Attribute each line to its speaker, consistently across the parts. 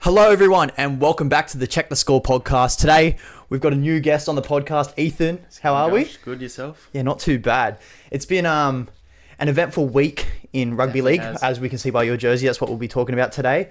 Speaker 1: Hello, everyone, and welcome back to the Check the Score podcast. Today, we've got a new guest on the podcast, Ethan. How are we?
Speaker 2: Josh, Good yourself?
Speaker 1: Yeah, not too bad. It's been um, an eventful week in rugby
Speaker 2: Definitely
Speaker 1: league,
Speaker 2: has.
Speaker 1: as we can see by your jersey. That's what we'll be talking about today.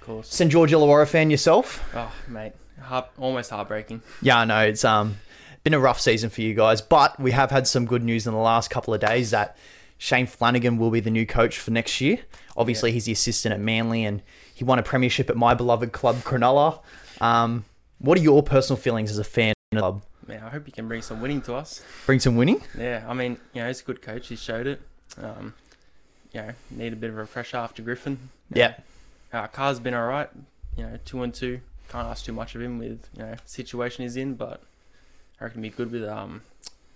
Speaker 2: Of course.
Speaker 1: St George Illawarra fan yourself?
Speaker 2: Oh, mate. Heart, almost heartbreaking.
Speaker 1: Yeah, I know it's um, been a rough season for you guys, but we have had some good news in the last couple of days that Shane Flanagan will be the new coach for next year. Obviously, he's the assistant at Manly, and he won a premiership at my beloved club Cronulla. Um, what are your personal feelings as a fan of the club?
Speaker 2: Man, I hope he can bring some winning to us.
Speaker 1: Bring some winning?
Speaker 2: Yeah, I mean, you know, he's a good coach. He showed it. Um, you know, need a bit of a fresh after Griffin.
Speaker 1: Yeah.
Speaker 2: Uh, Carr's been all right. You know, two and two. Can't ask too much of him with you know situation he's in, but I reckon he'd be good with um,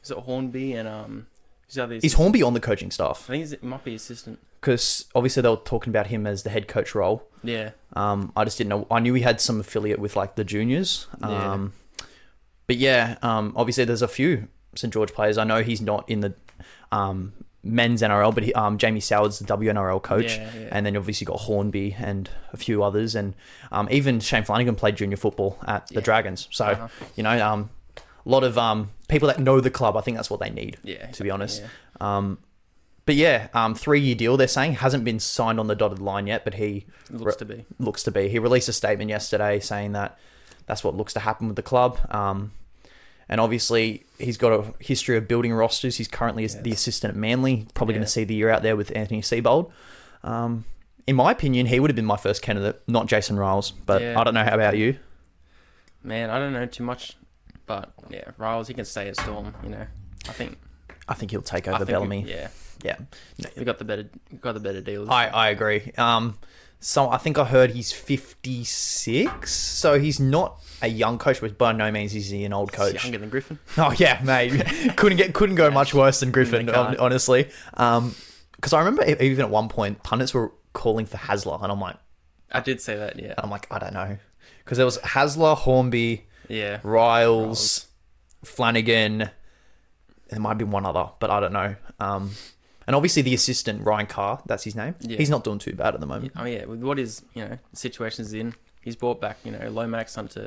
Speaker 2: is it Hornby and um, who's the other?
Speaker 1: Is
Speaker 2: assist-
Speaker 1: Hornby on the coaching staff?
Speaker 2: I think it might be assistant.
Speaker 1: Because obviously they were talking about him as the head coach role.
Speaker 2: Yeah,
Speaker 1: Um, I just didn't know. I knew he had some affiliate with like the juniors.
Speaker 2: Yeah.
Speaker 1: Um, But yeah, um, obviously there's a few St George players. I know he's not in the um, men's NRL, but he, um, Jamie Soward's the WNRL coach.
Speaker 2: Yeah, yeah.
Speaker 1: And then obviously got Hornby and a few others. And um, even Shane Flanagan played junior football at the
Speaker 2: Yeah.
Speaker 1: Dragons. So,
Speaker 2: Uh-huh.
Speaker 1: you know, um, a lot of um, people that know the club, I think that's what they need.
Speaker 2: yeah.
Speaker 1: to be honest.
Speaker 2: Yeah.
Speaker 1: Um, but yeah, um, three year deal they're saying hasn't been signed on the dotted line yet, but he
Speaker 2: It looks to be.
Speaker 1: looks to be. He released a statement yesterday saying that that's what looks to happen with the club. Um, and obviously, he's got a history of building rosters. He's currently the
Speaker 2: Yes.
Speaker 1: assistant at Manly. Probably going
Speaker 2: Yeah.
Speaker 1: to see the year out there with Anthony Seabold. Um, in my opinion, he would have been my first candidate, not Jason Riles. But
Speaker 2: Yeah.
Speaker 1: I don't know how about you.
Speaker 2: Man, I don't know too much, but yeah, Riles, he can stay at Storm. You know, I think
Speaker 1: I think he'll take
Speaker 2: I
Speaker 1: over
Speaker 2: think
Speaker 1: Bellamy.
Speaker 2: We, yeah,
Speaker 1: yeah.
Speaker 2: we got the better got the better deal.
Speaker 1: I, I agree. Um, so I think I heard he's 56. So he's not a young coach, but by no means is he an old
Speaker 2: He's
Speaker 1: coach.
Speaker 2: younger than Griffin.
Speaker 1: Oh yeah, mate. couldn't get couldn't go much worse than Griffin,
Speaker 2: they can't.
Speaker 1: hon- honestly. Um, because I remember e- even at one point pundits were calling for Hasler, and I'm like,
Speaker 2: I did say that. Yeah,
Speaker 1: I'm like, I don't know, because there was Hasler, Hornby,
Speaker 2: yeah.
Speaker 1: Riles, Flanagan. There might be one other, but I don't know. Um, and obviously the assistant Ryan Carr, that's his name.
Speaker 2: Yeah.
Speaker 1: He's not doing too bad at the moment.
Speaker 2: Oh yeah, with what his you know situation's in, he's brought back you know Lomax onto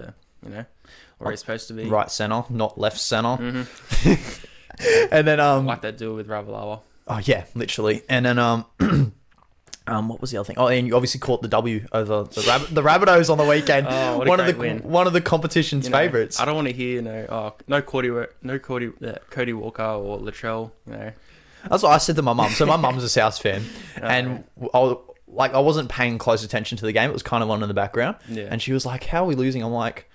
Speaker 2: you know where he's supposed to be.
Speaker 1: right center, not left center. and then um
Speaker 2: Mm-hmm. Like that deal with Ravalawa.
Speaker 1: oh yeah, literally. And then um um what was the other thing? Oh, and you obviously caught the W over the rabbit the Rabbitohs on the weekend.
Speaker 2: Oh, what a
Speaker 1: one of
Speaker 2: great
Speaker 1: the
Speaker 2: win.
Speaker 1: one of the competition's
Speaker 2: You know,
Speaker 1: favorites.
Speaker 2: I don't want to hear you know oh no Cody Wa- no Cody uh, Cody Walker or Latrell. You know
Speaker 1: That's what I said to my mum. So my mum's a South fan,
Speaker 2: Oh,
Speaker 1: and I was, like I wasn't paying close attention to the game. It was kind of on in the background,
Speaker 2: Yeah.
Speaker 1: and she was like, "How are we losing?" I'm like.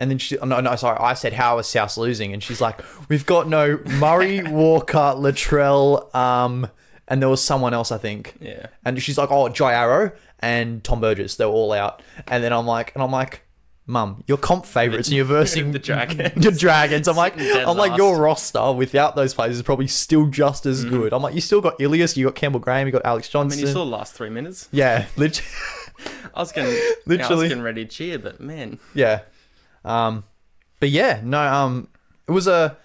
Speaker 1: And then she, no, no, sorry, I said, how is South losing? And she's like, we've got no Murray, Walker, Latrell, um, and there was someone else, I think.
Speaker 2: yeah.
Speaker 1: And she's like, "Oh, Jai Arrow and Tom Burgess, they're all out." And then I'm like, and I'm like, "Mum, you're comp favorites, and you're versing
Speaker 2: The Dragons.
Speaker 1: The Dragons. I'm like,
Speaker 2: Dead
Speaker 1: I'm like,
Speaker 2: last. Mm.
Speaker 1: your roster without those players is probably still just as good. I'm like, you still got Ilias, you got Campbell Graham, you got Alex
Speaker 2: I mean,
Speaker 1: Johnson.
Speaker 2: you saw the last three minutes.
Speaker 1: yeah, lit-
Speaker 2: I was getting literally I
Speaker 1: Literally.
Speaker 2: was getting ready to cheer, but man,
Speaker 1: yeah. Um, but yeah, no, um, it was a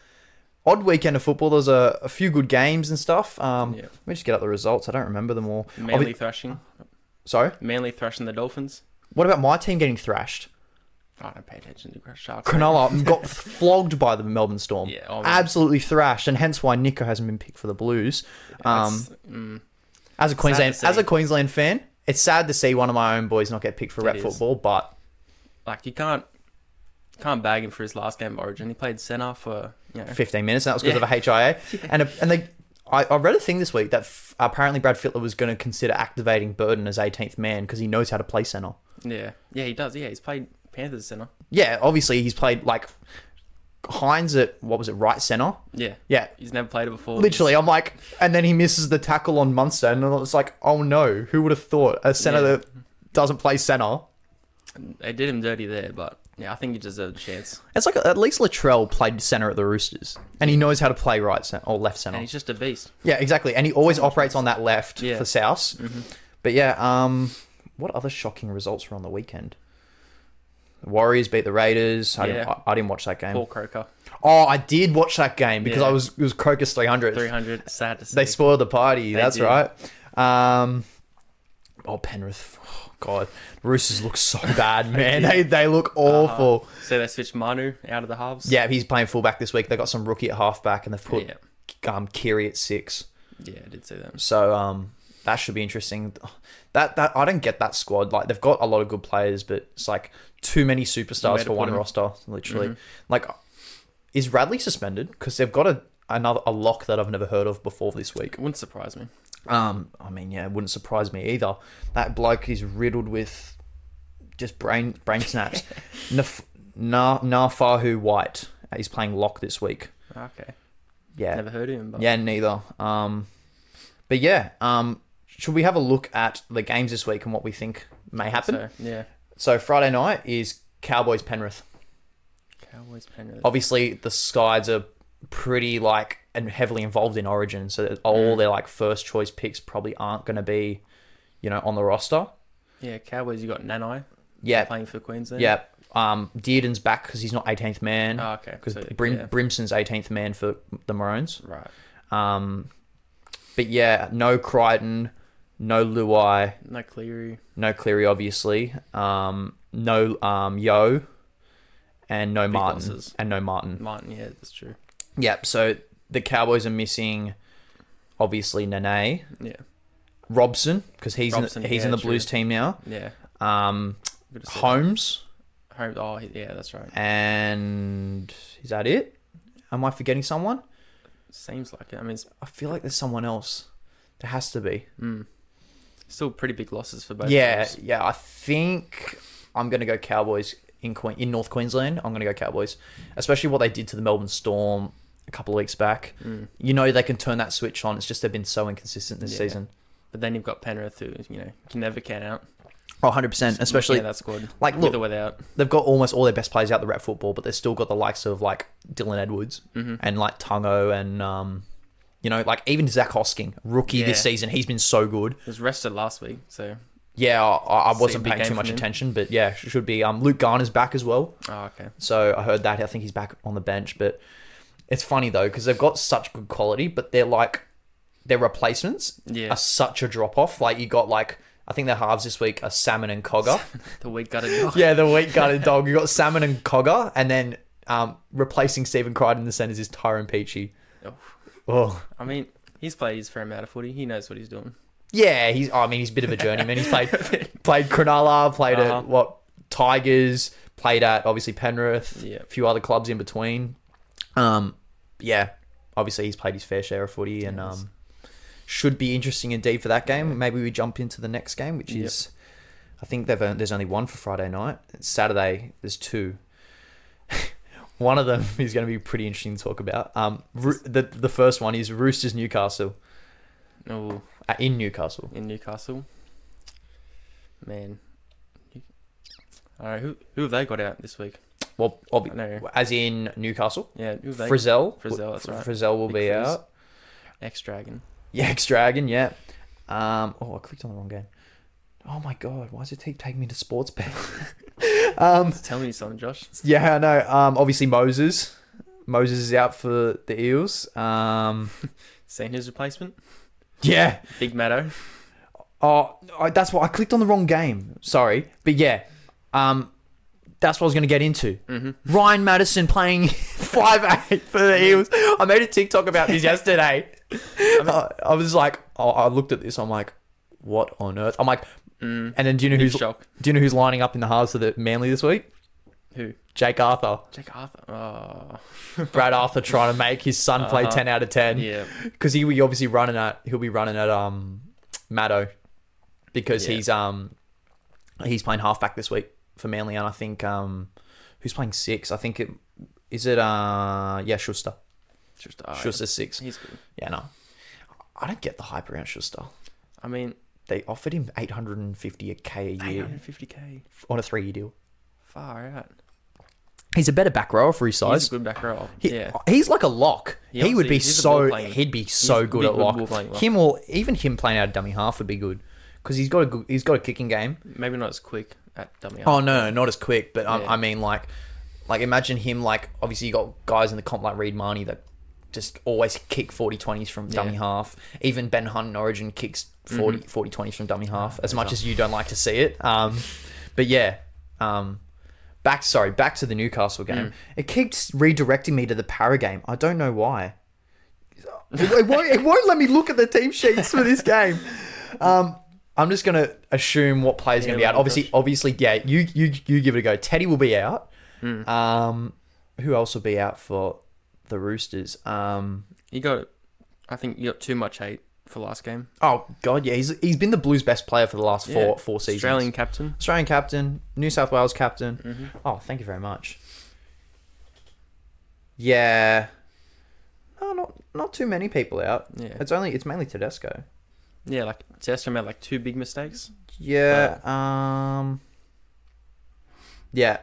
Speaker 1: odd weekend of football. There's a, a few good games and stuff. Um,
Speaker 2: Yeah.
Speaker 1: let me just get up the results. I don't remember them all. Obvi-
Speaker 2: Manly thrashing,
Speaker 1: sorry.
Speaker 2: Manly thrashing the Dolphins. Oh,
Speaker 1: What about my team getting thrashed?
Speaker 2: I don't pay attention to Sharks.
Speaker 1: Cronulla got flogged by the Melbourne Storm.
Speaker 2: Yeah, oh, man.
Speaker 1: absolutely thrashed, and hence why Nico hasn't been picked for the Blues. Um,
Speaker 2: It's- mm,
Speaker 1: as a Queensland
Speaker 2: to see.
Speaker 1: as a Queensland fan, it's sad to see one of my own boys not get picked for
Speaker 2: It
Speaker 1: rep
Speaker 2: is.
Speaker 1: football. But
Speaker 2: like you can't can't bag him for his last game of Origin. He played centre for you know.
Speaker 1: 15 minutes, and that was because
Speaker 2: Yeah.
Speaker 1: of a HIA. And a, and they, I, I read a thing this week that f- apparently Brad Fittler was going to consider activating Burden as 18th man because he knows how to play centre.
Speaker 2: Yeah, yeah, he does. Yeah, he's played Panthers centre.
Speaker 1: Yeah, obviously he's played like Hines at what was it right centre.
Speaker 2: Yeah,
Speaker 1: Yeah,
Speaker 2: he's never played it before.
Speaker 1: Literally, I'm like, and then he misses the tackle on Munster, and it's like, oh no, who would have thought a center
Speaker 2: Yeah.
Speaker 1: that doesn't play center?
Speaker 2: they did him dirty there, but yeah, I think he deserved a chance.
Speaker 1: It's like at least Latrell played center at the Roosters, and he knows how to play right center or left
Speaker 2: And
Speaker 1: center.
Speaker 2: he's just a beast.
Speaker 1: Yeah, exactly, and he always operates on that left
Speaker 2: Yeah. Mm-hmm.
Speaker 1: for South. But yeah, um, what other shocking results were on the weekend? The Warriors beat the Raiders. I, didn't,
Speaker 2: Yeah.
Speaker 1: I, I didn't watch that game.
Speaker 2: Paul Croker,
Speaker 1: Oh, I did watch that game because
Speaker 2: Yeah.
Speaker 1: I was it was Crocus 300.
Speaker 2: three hundred. Sad to see.
Speaker 1: They spoiled the party. that's
Speaker 2: did.
Speaker 1: right. Um, oh, Penrith. Oh, God, Roosters look so bad, man. They they look
Speaker 2: Uh-huh.
Speaker 1: awful.
Speaker 2: So they switched Manu out of the halves.
Speaker 1: Yeah, he's playing fullback this week. They got some rookie at halfback, and they've put
Speaker 2: Yeah.
Speaker 1: um, Kiri at six.
Speaker 2: Yeah, I did see that.
Speaker 1: So um, that should be interesting. That that I don't get that squad. Like they've got a lot of good players, but it's like too many
Speaker 2: Where
Speaker 1: superstars
Speaker 2: to
Speaker 1: for
Speaker 2: put Mm-hmm.
Speaker 1: one
Speaker 2: them.
Speaker 1: roster. Literally, like is Radley suspended? Because they've got a another a lock that I've never heard of before this week.
Speaker 2: It wouldn't surprise me.
Speaker 1: Um, I mean, yeah, it wouldn't surprise me either. That bloke is riddled with just brain brain snaps. Naf- Na Nafahu White is playing lock this week.
Speaker 2: Okay.
Speaker 1: Yeah,
Speaker 2: Never heard of him, but
Speaker 1: yeah, neither. Um, but yeah, um, should we have a look at the games this week and what we think may happen? So,
Speaker 2: so, yeah.
Speaker 1: Friday night is Cowboys Penrith.
Speaker 2: Cowboys Penrith.
Speaker 1: Obviously, the Skies are pretty like and heavily involved in Origin, so that
Speaker 2: Mm.
Speaker 1: all their like first choice picks probably aren't going to be, you know, on the roster.
Speaker 2: Yeah, Cowboys. You got Nanai
Speaker 1: Yeah,
Speaker 2: playing for Queensland.
Speaker 1: yeah. Um, Dearden's back because he's not 18th man.
Speaker 2: Oh, okay.
Speaker 1: Because
Speaker 2: So,
Speaker 1: Brim-
Speaker 2: yeah.
Speaker 1: Brimson's 18th man for the Maroons.
Speaker 2: Right.
Speaker 1: Um, but yeah, no Crichton, no Luai,
Speaker 2: No Cleary.
Speaker 1: no Cleary, obviously, um, no um, Yo, and no Martin,
Speaker 2: losses.
Speaker 1: and no Martin.
Speaker 2: Martin. Yeah, that's true.
Speaker 1: Yep. So the Cowboys are missing, obviously, Nene
Speaker 2: Yeah.
Speaker 1: Robson because he's in
Speaker 2: Robson,
Speaker 1: the, he's
Speaker 2: yeah,
Speaker 1: in the
Speaker 2: true.
Speaker 1: Blues team now.
Speaker 2: Yeah.
Speaker 1: Um,
Speaker 2: Good to see.
Speaker 1: Holmes,
Speaker 2: Home. Oh, he- yeah, that's right.
Speaker 1: and is that it? Am I forgetting someone?
Speaker 2: Seems like it. I mean, it's
Speaker 1: I feel like there's someone else. There has to be.
Speaker 2: still pretty big losses for both.
Speaker 1: yeah,
Speaker 2: teams.
Speaker 1: yeah. I think I'm gonna go Cowboys in que- in North Queensland. I'm gonna go Cowboys, especially what they did to the Melbourne Storm a couple of weeks back.
Speaker 2: Mm.
Speaker 1: You know they can turn that switch on. It's just they've been so inconsistent this
Speaker 2: Yeah.
Speaker 1: season.
Speaker 2: But then you've got Penrith, who you know can never count out.
Speaker 1: Oh, 100 percent. Especially
Speaker 2: yeah, that squad.
Speaker 1: like,
Speaker 2: with
Speaker 1: look-
Speaker 2: or without.
Speaker 1: they've got almost all their best players out the rep football, but they've still got the likes of like Dylan Edwards
Speaker 2: Mm-hmm.
Speaker 1: and like Tungo and um, you know like even Zach Hosking, rookie this
Speaker 2: Yeah.
Speaker 1: season. He's been so good.
Speaker 2: It was rested last week, so
Speaker 1: Yeah, I, I
Speaker 2: See a
Speaker 1: wasn't
Speaker 2: big
Speaker 1: paying
Speaker 2: game
Speaker 1: too
Speaker 2: from
Speaker 1: much
Speaker 2: him.
Speaker 1: attention, but yeah, sh- should be. Um, Luke Garner's back as well.
Speaker 2: oh, okay.
Speaker 1: So I heard that. I think he's back on the bench, but it's funny though because they've got such good quality, but they're like their replacements
Speaker 2: Yeah.
Speaker 1: are such a drop off. Like you got like I think their halves this week are Salmon and Cogger.
Speaker 2: The week got it.
Speaker 1: yeah, the weak gutted dog. You got Salmon and Cogger, and then um, replacing Stephen Crichton in the centres is Tyrone Peachy. Oh.
Speaker 2: I mean, he's played his fair amount of footy. He knows what he's doing.
Speaker 1: Yeah, he's. I mean, he's a bit of a journeyman. He's played played Cronulla, played
Speaker 2: Uh-huh.
Speaker 1: at what Tigers, played at obviously Penrith,
Speaker 2: Yeah.
Speaker 1: a few other clubs in between. Um, yeah, obviously he's played his fair share of footy, and
Speaker 2: Yes.
Speaker 1: um, should be interesting indeed for that game. Maybe we jump into the next game, which
Speaker 2: Yep.
Speaker 1: is, I think they've earned, there's only one for Friday night. Saturday there's two. one of them is going to be pretty interesting to talk about. Um, Ro- the the first one is Roosters Newcastle
Speaker 2: Oh,
Speaker 1: uh, in Newcastle.
Speaker 2: in Newcastle, man. I don't know who who have they got out this week.
Speaker 1: Well, obvi-
Speaker 2: I know.
Speaker 1: as in Newcastle,
Speaker 2: Yeah, who have they?
Speaker 1: Frizzell.
Speaker 2: Frizzell, that's right.
Speaker 1: Frizzell will
Speaker 2: Big
Speaker 1: be
Speaker 2: Frizz.
Speaker 1: out.
Speaker 2: Ex Dragon.
Speaker 1: Yeah, X Dragon. Yeah. Um. Oh, I clicked on the wrong game. Oh my god, why does it keep taking me to sports bet? um.
Speaker 2: Tell me something, Josh.
Speaker 1: Yeah, I know. Um. Obviously Moses. Moses is out for the Eels. Um.
Speaker 2: Seen his replacement?
Speaker 1: Yeah.
Speaker 2: Big Matto.
Speaker 1: Oh, I, that's what I clicked on the wrong game. Sorry, but yeah. Um. That's what I was going to get into.
Speaker 2: Mm-hmm,
Speaker 1: Ryan Madison playing five eight for the Eels. I made a TikTok about this yesterday. I, I was like, oh, I looked at this. I'm like, what on earth? I'm like, and then do you know who's
Speaker 2: mm-hmm. shock.
Speaker 1: do you know who's lining up in the halves of the Manly this week?
Speaker 2: Who?
Speaker 1: Jake Arthur,
Speaker 2: Jake Arthur. Oh,
Speaker 1: Brad Arthur, trying to make his son play ten out of ten.
Speaker 2: yeah.
Speaker 1: because he will be obviously running at he'll be running at um Maddo because
Speaker 2: Yeah.
Speaker 1: he's um he's playing halfback this week for Manly and I think um who's playing six I think it is it uh yeah Schuster
Speaker 2: Just all right.
Speaker 1: Schuster's six
Speaker 2: He's good.
Speaker 1: yeah no I don't get the hype around Schuster
Speaker 2: I mean,
Speaker 1: they offered him 850k a year
Speaker 2: 850k.
Speaker 1: on a three year deal
Speaker 2: Far out.
Speaker 1: he's a better back rower for his
Speaker 2: He's
Speaker 1: size
Speaker 2: a good back row.
Speaker 1: He-
Speaker 2: yeah.
Speaker 1: He's like a lock.
Speaker 2: Yeah,
Speaker 1: he would be
Speaker 2: he's a ball
Speaker 1: so.
Speaker 2: player.
Speaker 1: He'd be so
Speaker 2: a
Speaker 1: good
Speaker 2: big
Speaker 1: at
Speaker 2: good
Speaker 1: lock.
Speaker 2: ball playing lock.
Speaker 1: Him or even him playing out of dummy half would be good because he's got a good, he's got a kicking game.
Speaker 2: Maybe not as quick at dummy.
Speaker 1: Oh no, not as quick, but um,
Speaker 2: Yeah.
Speaker 1: I mean like like imagine him like obviously you got guys in the comp like Reed Marnie that just always kick 40 20s from dummy
Speaker 2: Yeah. Mm-hmm.
Speaker 1: half. Even Ben Hunt in Origin kicks 40, 40 20s from dummy half, as much as you don't like to see it. Um, but yeah, um, back sorry, back to the Newcastle game.
Speaker 2: Mm.
Speaker 1: It keeps redirecting me to the para game. I don't know why. It, it won't, it won't let me look at the team sheets for this game. Um, I'm just gonna assume what player's gonna be
Speaker 2: Yeah,
Speaker 1: out. Obviously,
Speaker 2: Lucas.
Speaker 1: obviously, yeah. You you you give it a go. Teddy will be out.
Speaker 2: Hmm.
Speaker 1: Um, who else will be out for the Roosters? Um,
Speaker 2: You got, I think you got too much hate for last game.
Speaker 1: oh God, yeah. He's he's been the Blues' best player for the last four
Speaker 2: Yeah.
Speaker 1: four seasons.
Speaker 2: Australian Mm-hmm. captain.
Speaker 1: Australian captain, New South Wales captain. Oh, thank you very much. Yeah. No, not not too many people out.
Speaker 2: Yeah.
Speaker 1: It's only it's mainly Tedesco.
Speaker 2: Yeah, like Testro made like two big mistakes.
Speaker 1: Yeah. um. Yeah.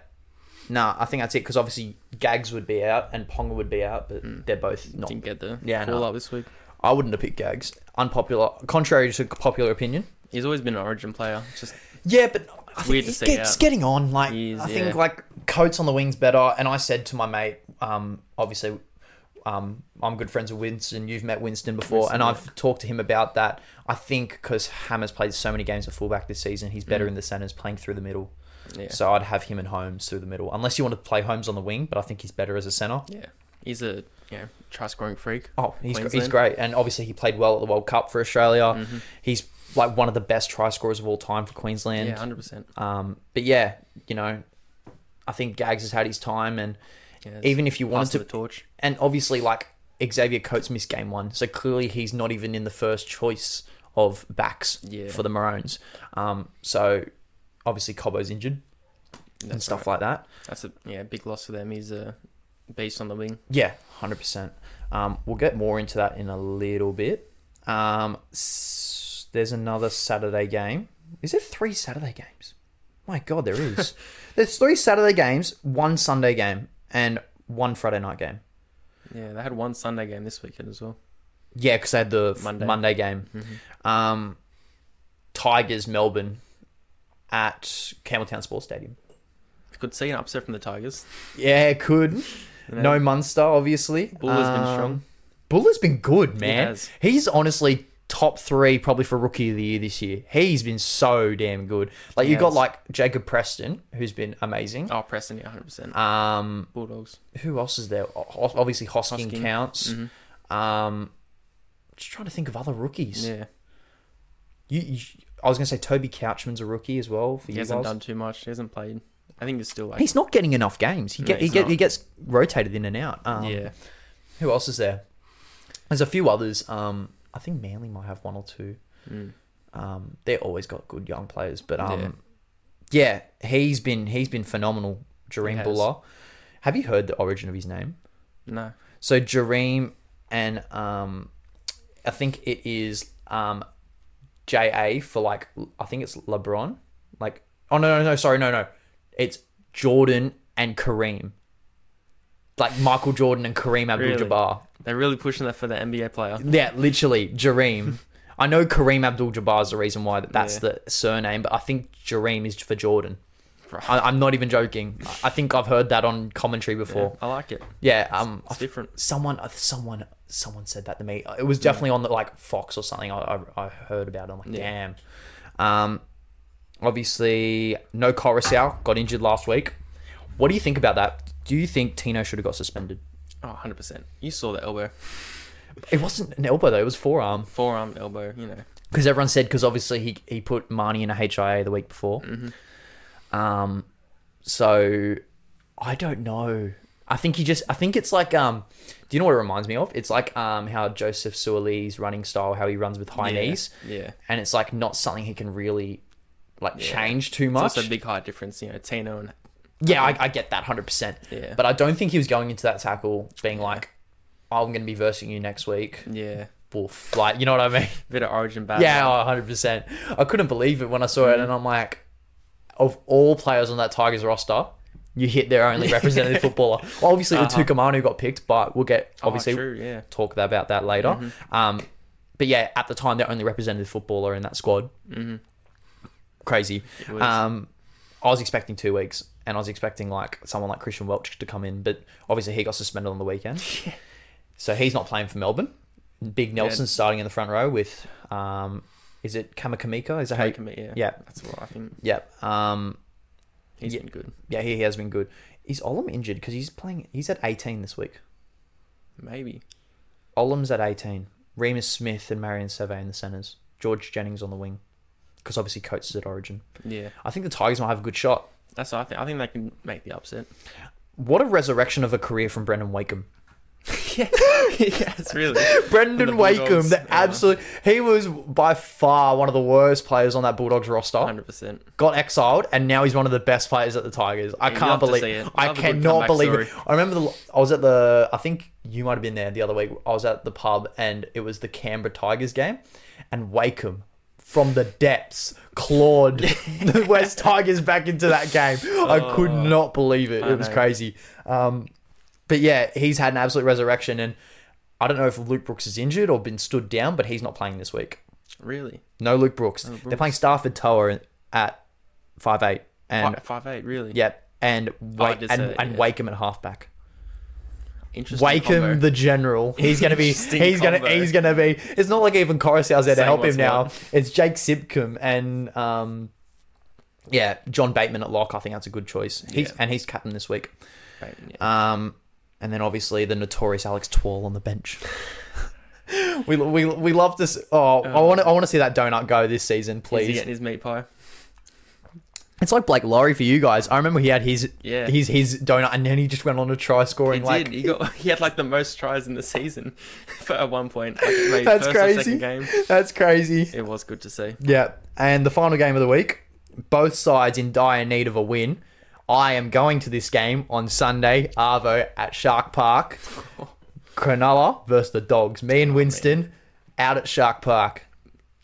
Speaker 1: Nah, I think that's it because obviously Gags would be out and Ponga would be out, but they're both not.
Speaker 2: Didn't get the
Speaker 1: Yeah,
Speaker 2: yeah, call
Speaker 1: no.
Speaker 2: up this week.
Speaker 1: I wouldn't have picked Gags. Unpopular, contrary to popular opinion.
Speaker 2: He's always been an Origin player. Just
Speaker 1: Yeah, but I think
Speaker 2: Weird to
Speaker 1: it's,
Speaker 2: see
Speaker 1: get- it's
Speaker 2: out.
Speaker 1: getting on. Like
Speaker 2: He is,
Speaker 1: I think
Speaker 2: yeah.
Speaker 1: like Coates on the wings better. And I said to my mate, um, obviously, um, I'm good friends with Winston. You've met Winston before,
Speaker 2: Winston,
Speaker 1: and
Speaker 2: yeah.
Speaker 1: I've talked to him about that. I think because Hammer's played so many games of fullback this season, he's
Speaker 2: Hmm.
Speaker 1: better in the centres, playing through the middle.
Speaker 2: yeah,
Speaker 1: So I'd have him and Holmes through the middle, unless you want to play Holmes on the wing. But I think he's better as a centre.
Speaker 2: yeah. He's a you know try scoring freak.
Speaker 1: Oh, he's, gr- he's
Speaker 2: Queensland. Mm-hmm.
Speaker 1: great. And obviously, he played well at the World Cup for Australia. He's like one of the best try scorers of all time for Queensland.
Speaker 2: yeah, hundred percent.
Speaker 1: Um, but yeah, you know, I think Gags has had his time, and
Speaker 2: Yeah,
Speaker 1: even if you wanted
Speaker 2: pass
Speaker 1: to,
Speaker 2: the torch,
Speaker 1: and obviously like Xavier Coates missed game one, so clearly he's not even in the first choice of backs
Speaker 2: Yeah.
Speaker 1: for the Maroons. Um, so obviously Cobbo's injured and
Speaker 2: That's
Speaker 1: stuff
Speaker 2: right.
Speaker 1: like that.
Speaker 2: That's a yeah big loss for them. He's a beast on the wing.
Speaker 1: Yeah, hundred percent. Um, we'll get more into that in a little bit. Um, s- there's another Saturday game. Is there three Saturday games? My God, there is. there's three Saturday games, one Sunday game, and one Friday night game.
Speaker 2: Yeah, they had one Sunday game this weekend as well.
Speaker 1: Yeah, because they had the f- Monday,
Speaker 2: Monday.
Speaker 1: game. Um, Tigers Melbourne at Campbelltown Sports Stadium.
Speaker 2: Could see an upset from the Tigers.
Speaker 1: Yeah, could.
Speaker 2: You know,
Speaker 1: No Munster, obviously.
Speaker 2: Bull has been strong.
Speaker 1: Buller's been good, man.
Speaker 2: has.
Speaker 1: He's honestly top three probably for rookie of the year this year. He's been so damn good. Like
Speaker 2: He
Speaker 1: you got
Speaker 2: has.
Speaker 1: like Jacob Preston, who's been amazing.
Speaker 2: Oh, Preston, yeah, hundred percent.
Speaker 1: Um,
Speaker 2: Bulldogs.
Speaker 1: who else is there? O- Obviously Hosking,
Speaker 2: Hosking. Mm-hmm.
Speaker 1: counts. Um, just trying to think of other rookies.
Speaker 2: Yeah,
Speaker 1: You, you, I was gonna say Toby Couchman's a rookie as well for
Speaker 2: he
Speaker 1: you
Speaker 2: hasn't
Speaker 1: guys.
Speaker 2: done too much. He hasn't played. I think he's still like
Speaker 1: He's not getting enough games. He
Speaker 2: No,
Speaker 1: get, he,
Speaker 2: he's
Speaker 1: get,
Speaker 2: not.
Speaker 1: he gets rotated in and out. Um,
Speaker 2: yeah.
Speaker 1: Who else is there? There's a few others. Um, I think Manly might have one or two.
Speaker 2: Mm.
Speaker 1: Um, they always got good young players, but
Speaker 2: Yeah.
Speaker 1: um, yeah, he's been he's been phenomenal.
Speaker 2: He
Speaker 1: Jareem
Speaker 2: has.
Speaker 1: Buller. Have you heard the origin of his name?
Speaker 2: No.
Speaker 1: So Jareem and um, I think it is um, J A for like I think it's LeBron. Like oh no no no sorry no no, it's Jordan and Kareem. Like Michael Jordan and Kareem Abdul-Jabbar.
Speaker 2: They're really pushing that for the NBA player.
Speaker 1: Yeah, literally, Jareem. I know Kareem Abdul-Jabbar is the reason why that that's
Speaker 2: Yeah.
Speaker 1: the surname, but I think Jareem is for Jordan. I, I'm not even joking. I- I think I've heard that on commentary
Speaker 2: Yeah,
Speaker 1: before.
Speaker 2: I like it.
Speaker 1: Yeah, um, I
Speaker 2: It's different.
Speaker 1: someone, someone, someone said that to me. It was definitely on the like Fox or something. I, I, I heard about. It. I'm like,
Speaker 2: Yeah.
Speaker 1: damn. Um, obviously, no Coruscant got injured last week. What do you think about that? Do you think Tino should have got suspended?
Speaker 2: Oh, 100%. You saw the elbow.
Speaker 1: It wasn't an elbow though; it was forearm.
Speaker 2: Forearm, elbow, you know.
Speaker 1: because everyone said because obviously he he put Marnie in a HIA the week before.
Speaker 2: Mm-hmm.
Speaker 1: Um, so I don't know. I think he just. I think it's like um. Do you know what it reminds me of? It's like um how Joseph Suoli's running style, how he runs with high
Speaker 2: Yeah,
Speaker 1: knees,
Speaker 2: Yeah.
Speaker 1: and it's like not something he can really like
Speaker 2: Yeah.
Speaker 1: change too
Speaker 2: It's
Speaker 1: much.
Speaker 2: also a big height difference, you know, Tino and.
Speaker 1: Yeah, I, I get that hundred percent.
Speaker 2: Yeah.
Speaker 1: But I don't think he was going into that tackle being like, "I'm going to be versing you next week."
Speaker 2: Yeah.
Speaker 1: Woof. Like, you know what I mean?
Speaker 2: Bit of origin battle.
Speaker 1: Yeah, oh, 100%. I couldn't believe it when I saw it, and I'm like, of all players on that Tigers roster, you hit their only representative footballer. Well, obviously,
Speaker 2: Uh-huh.
Speaker 1: Utukamanu got picked, but we'll get
Speaker 2: Oh,
Speaker 1: obviously
Speaker 2: true, Mm-hmm. yeah.
Speaker 1: talk about that later. Um, but yeah, at the time, their only representative footballer in that squad. Crazy.
Speaker 2: Mm-hmm. It was-
Speaker 1: Um, I was expecting two weeks, and I was expecting like someone like Christian Welch to come in, but obviously he got suspended on the weekend, so he's not playing for Melbourne. Big Nelson starting in the front row with um, Is it Kamakamika? Is that how?
Speaker 2: Hey,
Speaker 1: You,
Speaker 2: commit, yeah.
Speaker 1: yeah,
Speaker 2: That's what I think.
Speaker 1: yeah. Um,
Speaker 2: He's
Speaker 1: Yeah.
Speaker 2: been good.
Speaker 1: yeah, he, he has been good. Is Olam injured? Because he's playing. He's at eighteen this week.
Speaker 2: Maybe.
Speaker 1: Olam's at eighteen. Remus Smith and Marion Seve in the centers. George Jennings on the wing, because obviously Coates is at Origin.
Speaker 2: Yeah.
Speaker 1: I think the Tigers might have a good shot.
Speaker 2: That's what I think. I think they can make the upset.
Speaker 1: What a resurrection of a career from Brendan Wakeham.
Speaker 2: yes, really.
Speaker 1: Brendan
Speaker 2: From the
Speaker 1: Wakeham,
Speaker 2: Bulldogs,
Speaker 1: the
Speaker 2: yeah.
Speaker 1: absolute. He was by far one of the worst players on that Bulldogs roster.
Speaker 2: 100%.
Speaker 1: got exiled, and now he's one of the best players at the Tigers. I
Speaker 2: Yeah, you
Speaker 1: can't
Speaker 2: love to
Speaker 1: believe
Speaker 2: see it.
Speaker 1: I
Speaker 2: Love a good
Speaker 1: cannot
Speaker 2: comeback
Speaker 1: believe it.
Speaker 2: story.
Speaker 1: I remember the I was at the I think you might have been there the other week. I was at the pub and it was the Canberra Tigers game, and Wakeham from the depths clawed the West Tigers back into that game. I could
Speaker 2: Oh.
Speaker 1: not believe it.
Speaker 2: I
Speaker 1: It was
Speaker 2: know.
Speaker 1: crazy. Um, but yeah, he's had an absolute resurrection, and I don't know if Luke Brooks is injured or been stood down, but he's not playing this week.
Speaker 2: Really?
Speaker 1: No Luke Brooks. They're playing Stafford Tower at five eight, and
Speaker 2: Five, five eight, really?
Speaker 1: yep, and
Speaker 2: I
Speaker 1: Wake
Speaker 2: did
Speaker 1: and,
Speaker 2: say that,
Speaker 1: and
Speaker 2: Oh, yeah.
Speaker 1: Wakeham at halfback.
Speaker 2: Interesting.
Speaker 1: Wakeham
Speaker 2: combo.
Speaker 1: the general. He's gonna be.
Speaker 2: Interesting
Speaker 1: he's gonna.
Speaker 2: combo.
Speaker 1: He's gonna be. It's not like even Coruscant's there to
Speaker 2: Saying
Speaker 1: help him
Speaker 2: what's
Speaker 1: now.
Speaker 2: what.
Speaker 1: It's Jake Sibcom and um, yeah, John Bateman at lock. I think that's a good choice. He's
Speaker 2: Yeah.
Speaker 1: and he's captain this week.
Speaker 2: Right, yeah.
Speaker 1: Um, and then obviously the notorious Alex Twall on the bench. we, we, we love this. Oh, I want to I want to see that donut go this season,
Speaker 2: Uh. Is he
Speaker 1: please.
Speaker 2: getting his meat pie?
Speaker 1: It's like Blake Laurie for you guys. I remember he had his
Speaker 2: Yeah.
Speaker 1: his his donut, and then he just went on a try
Speaker 2: He
Speaker 1: scoring like
Speaker 2: did. He got. He had like the most tries in the season, for at one point. Like maybe
Speaker 1: That's
Speaker 2: first Or
Speaker 1: crazy.
Speaker 2: second game.
Speaker 1: that's crazy.
Speaker 2: It was good to see.
Speaker 1: Yeah, and the final game of the week, both sides in dire need of a win. I am going to this game on Sunday, Arvo at Shark Park. Cronulla versus the Dogs. Me and Winston out at Shark Park.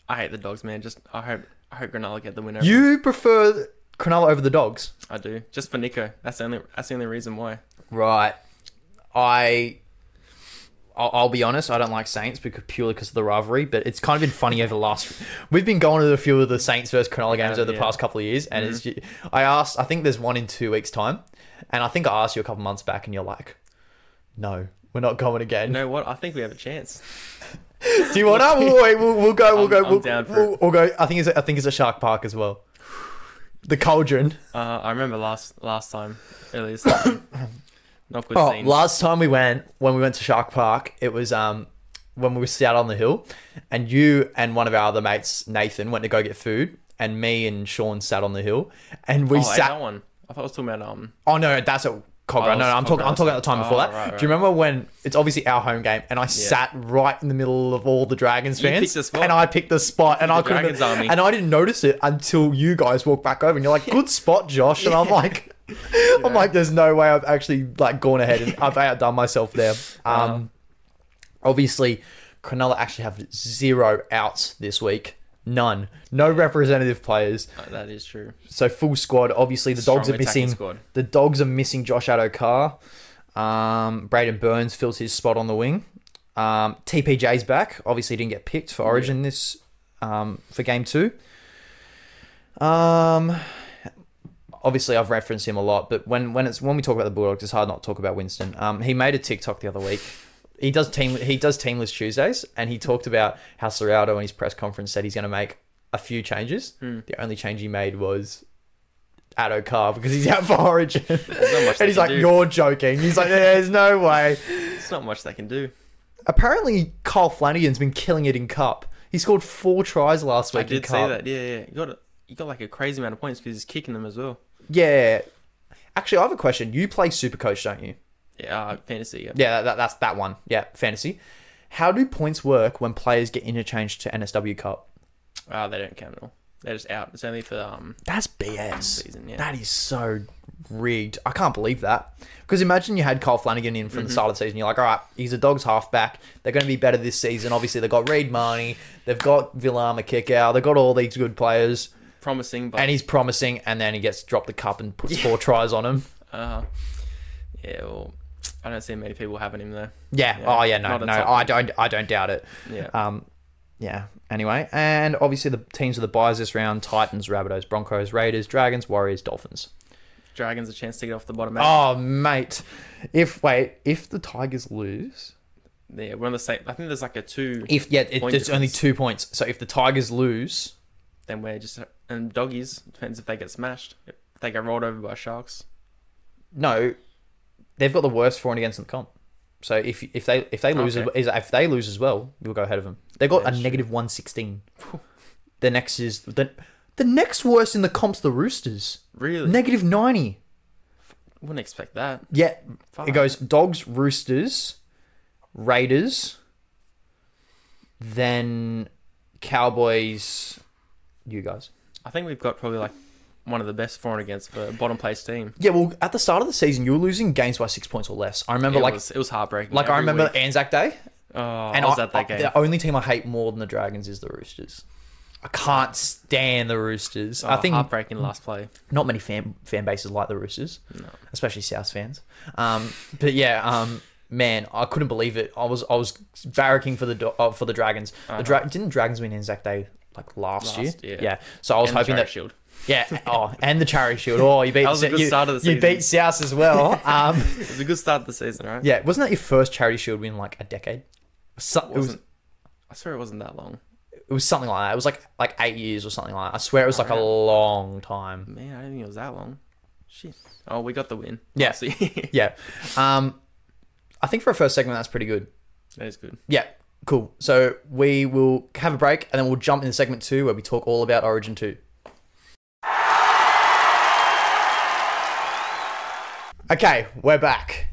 Speaker 2: I hate the dogs, man. Just I hope. I hope Granola get the winner.
Speaker 1: You prefer Cronulla over the Dogs,
Speaker 2: I do. Just for Nico. That's the only. That's the only reason why.
Speaker 1: right? I. I'll, I'll be honest. I don't like Saints because purely because of the rivalry, but it's kind of been funny over the last. We've been going to a few of the Saints versus Cronulla games
Speaker 2: Yeah,
Speaker 1: over the
Speaker 2: yeah. Mm-hmm.
Speaker 1: past couple of years, and it's ju- I asked. I think there's one in two weeks' time, and I think I asked you a couple months back, and you're like, "No, we're not going again."
Speaker 2: You know what? I think we have a chance.
Speaker 1: Do you want to? We'll, wait, we'll, we'll go. We'll
Speaker 2: I'm-
Speaker 1: go.
Speaker 2: I'm
Speaker 1: we'll,
Speaker 2: down for
Speaker 1: we'll, we'll go. I think it's. a- I think it's a Shark Park as well. The cauldron.
Speaker 2: Uh, I remember last last time. Earlier this time. Not good
Speaker 1: Oh,
Speaker 2: scenes.
Speaker 1: last time we went, when we went to Shark Park, it was um when we were out on the hill, and you and one of our other mates, Nathan, went to go get food, and me and Sean sat on the hill, and we
Speaker 2: oh, hey,
Speaker 1: sat.
Speaker 2: that one. I thought I was talking about um.
Speaker 1: Oh no, that's a Cogra.
Speaker 2: Oh,
Speaker 1: no, no, I'm
Speaker 2: Cogra,
Speaker 1: talking. I'm talking about the time before
Speaker 2: oh,
Speaker 1: that.
Speaker 2: right,
Speaker 1: Do you
Speaker 2: right.
Speaker 1: remember when it's obviously our home game, and I sat right in the middle of all the Dragons
Speaker 2: You
Speaker 1: fans,
Speaker 2: picked the spot.
Speaker 1: and I picked the spot, and I
Speaker 2: the
Speaker 1: couldn't,
Speaker 2: Dragons army.
Speaker 1: and I didn't notice it until you guys walked back over, and you're like, "Good spot, Josh," and I'm like. I'm like, there's no way I've actually like gone ahead and I've outdone myself there. Um, obviously, Cronulla actually have zero outs this week, none, no representative players.
Speaker 2: uh, That is true.
Speaker 1: So full squad. Obviously, the dogs
Speaker 2: Strong
Speaker 1: are
Speaker 2: attacking
Speaker 1: missing.
Speaker 2: squad.
Speaker 1: The dogs are missing Josh Adokar. Um, Braden Burns fills his spot on the wing. Um, TPJ's back. Obviously, didn't get picked for Origin this um, for game two. Um, obviously, I've referenced him a lot, but when when it's when we talk about the Bulldogs, it's hard not to talk about Winston. Um, he made a TikTok the other week. He does team he does teamless Tuesdays, and he talked about how Serraldo in his press conference said he's going to make a few changes. The only change he made was Addo Carr because he's out for Origin.
Speaker 2: not much
Speaker 1: and
Speaker 2: they
Speaker 1: he's
Speaker 2: can
Speaker 1: like,
Speaker 2: do.
Speaker 1: You're joking. He's like, There's no way.
Speaker 2: It's not much they can do.
Speaker 1: Apparently, Kyle Flanagan's been killing it in Cup. He scored four tries last week
Speaker 2: I
Speaker 1: in
Speaker 2: did
Speaker 1: Cup.
Speaker 2: say that. Yeah, yeah. You got you got like a crazy amount of points because he's kicking them as well.
Speaker 1: Yeah. Actually, I have a question. You play Supercoach, don't you?
Speaker 2: Yeah, uh, fantasy. Yeah.
Speaker 1: Yeah, that, that's that one. Yeah, fantasy. How do points work when players get interchanged to NSW Cup?
Speaker 2: Ah, they don't count at all. They're just out. It's only for um.
Speaker 1: That's BS.
Speaker 2: Season, yeah.
Speaker 1: That is so rigged. I can't believe that. Because imagine you had Kyle Flanagan in from
Speaker 2: Mm-hmm.
Speaker 1: the start of the season. You're like, all right, he's a dog's halfback. They're going to be better this season. Obviously, they've got Reid Marnie. They've got Villama Kickout. They've got all these good players.
Speaker 2: promising, but
Speaker 1: And he's promising. And then he gets dropped the cup and puts four tries on him.
Speaker 2: uh, yeah. Well, I don't see many people having him though.
Speaker 1: Yeah.
Speaker 2: Yeah,
Speaker 1: Oh, yeah. No,
Speaker 2: not a
Speaker 1: no.
Speaker 2: top
Speaker 1: I don't. I don't doubt it.
Speaker 2: Yeah.
Speaker 1: Um, yeah. Anyway, and obviously the teams with the buys this round: Titans, Rabbitohs, Broncos, Raiders, Dragons, Warriors, Dolphins.
Speaker 2: Dragons eh? a chance to get off the bottom. Eight.
Speaker 1: Oh, mate. If wait, if the Tigers lose,
Speaker 2: Yeah, we're on the same. I think there's like a two.
Speaker 1: If yeah, it,
Speaker 2: Point
Speaker 1: there's only
Speaker 2: difference.
Speaker 1: two points. So if the Tigers lose,
Speaker 2: Then we're just and doggies depends if they get smashed. If they get rolled over by sharks.
Speaker 1: no, they've got the worst for and against in the comp. So if if they if they lose
Speaker 2: Okay.
Speaker 1: as- if they lose as well, we'll go ahead of them. They got
Speaker 2: Yeah,
Speaker 1: a
Speaker 2: that's
Speaker 1: negative one sixteen. The next is the the next worst in the comp's the Roosters.
Speaker 2: Really,
Speaker 1: Negative ninety.
Speaker 2: wouldn't expect that.
Speaker 1: Yeah,
Speaker 2: Fuck.
Speaker 1: it goes dogs, roosters, raiders, then cowboys. You guys.
Speaker 2: I think we've got probably like one of the best for and against for a bottom place team.
Speaker 1: Yeah, well, at the start of the season, you were losing games by six points or less. I remember,
Speaker 2: it
Speaker 1: like,
Speaker 2: was, it was heartbreaking.
Speaker 1: like I
Speaker 2: Every
Speaker 1: remember
Speaker 2: week.
Speaker 1: Anzac Day,
Speaker 2: Oh,
Speaker 1: and
Speaker 2: I was
Speaker 1: I-
Speaker 2: at that
Speaker 1: I-
Speaker 2: game.
Speaker 1: the only team I hate more than the Dragons is the Roosters. I can't stand the Roosters. I
Speaker 2: Oh,
Speaker 1: think
Speaker 2: heartbreaking last play.
Speaker 1: not many fan fan bases like the Roosters,
Speaker 2: No.
Speaker 1: especially South fans. Um, but yeah, um, man, I couldn't believe it. I was I was barracking for the Do- uh, for the Dragons.
Speaker 2: I
Speaker 1: The dra- didn't Dragons win Anzac Day like last,
Speaker 2: Uh-huh. Last
Speaker 1: year?
Speaker 2: year.
Speaker 1: Yeah. So I was
Speaker 2: And the
Speaker 1: hoping
Speaker 2: Charity
Speaker 1: that
Speaker 2: Shield.
Speaker 1: yeah. Oh, and the Charity Shield. Oh, you beat
Speaker 2: That was a
Speaker 1: Sa-
Speaker 2: good
Speaker 1: you,
Speaker 2: start of the
Speaker 1: you
Speaker 2: season.
Speaker 1: beat South as well. Um,
Speaker 2: It was a good start to the season, right?
Speaker 1: yeah, wasn't that your first Charity Shield win in like a decade? So-
Speaker 2: It
Speaker 1: it was
Speaker 2: wasn't. I swear it wasn't that long.
Speaker 1: it was something like that. It was like like eight years or something like that. I swear it was like a long time.
Speaker 2: Man, I didn't think it was that long. Shit. Oh, we got the win.
Speaker 1: Yeah.
Speaker 2: See,
Speaker 1: Yeah. Um, I think for a first segment that's pretty good.
Speaker 2: that is good.
Speaker 1: Yeah, cool. So we will have a break and then we'll jump into segment two where we talk all about Origin 2. Okay, we're back.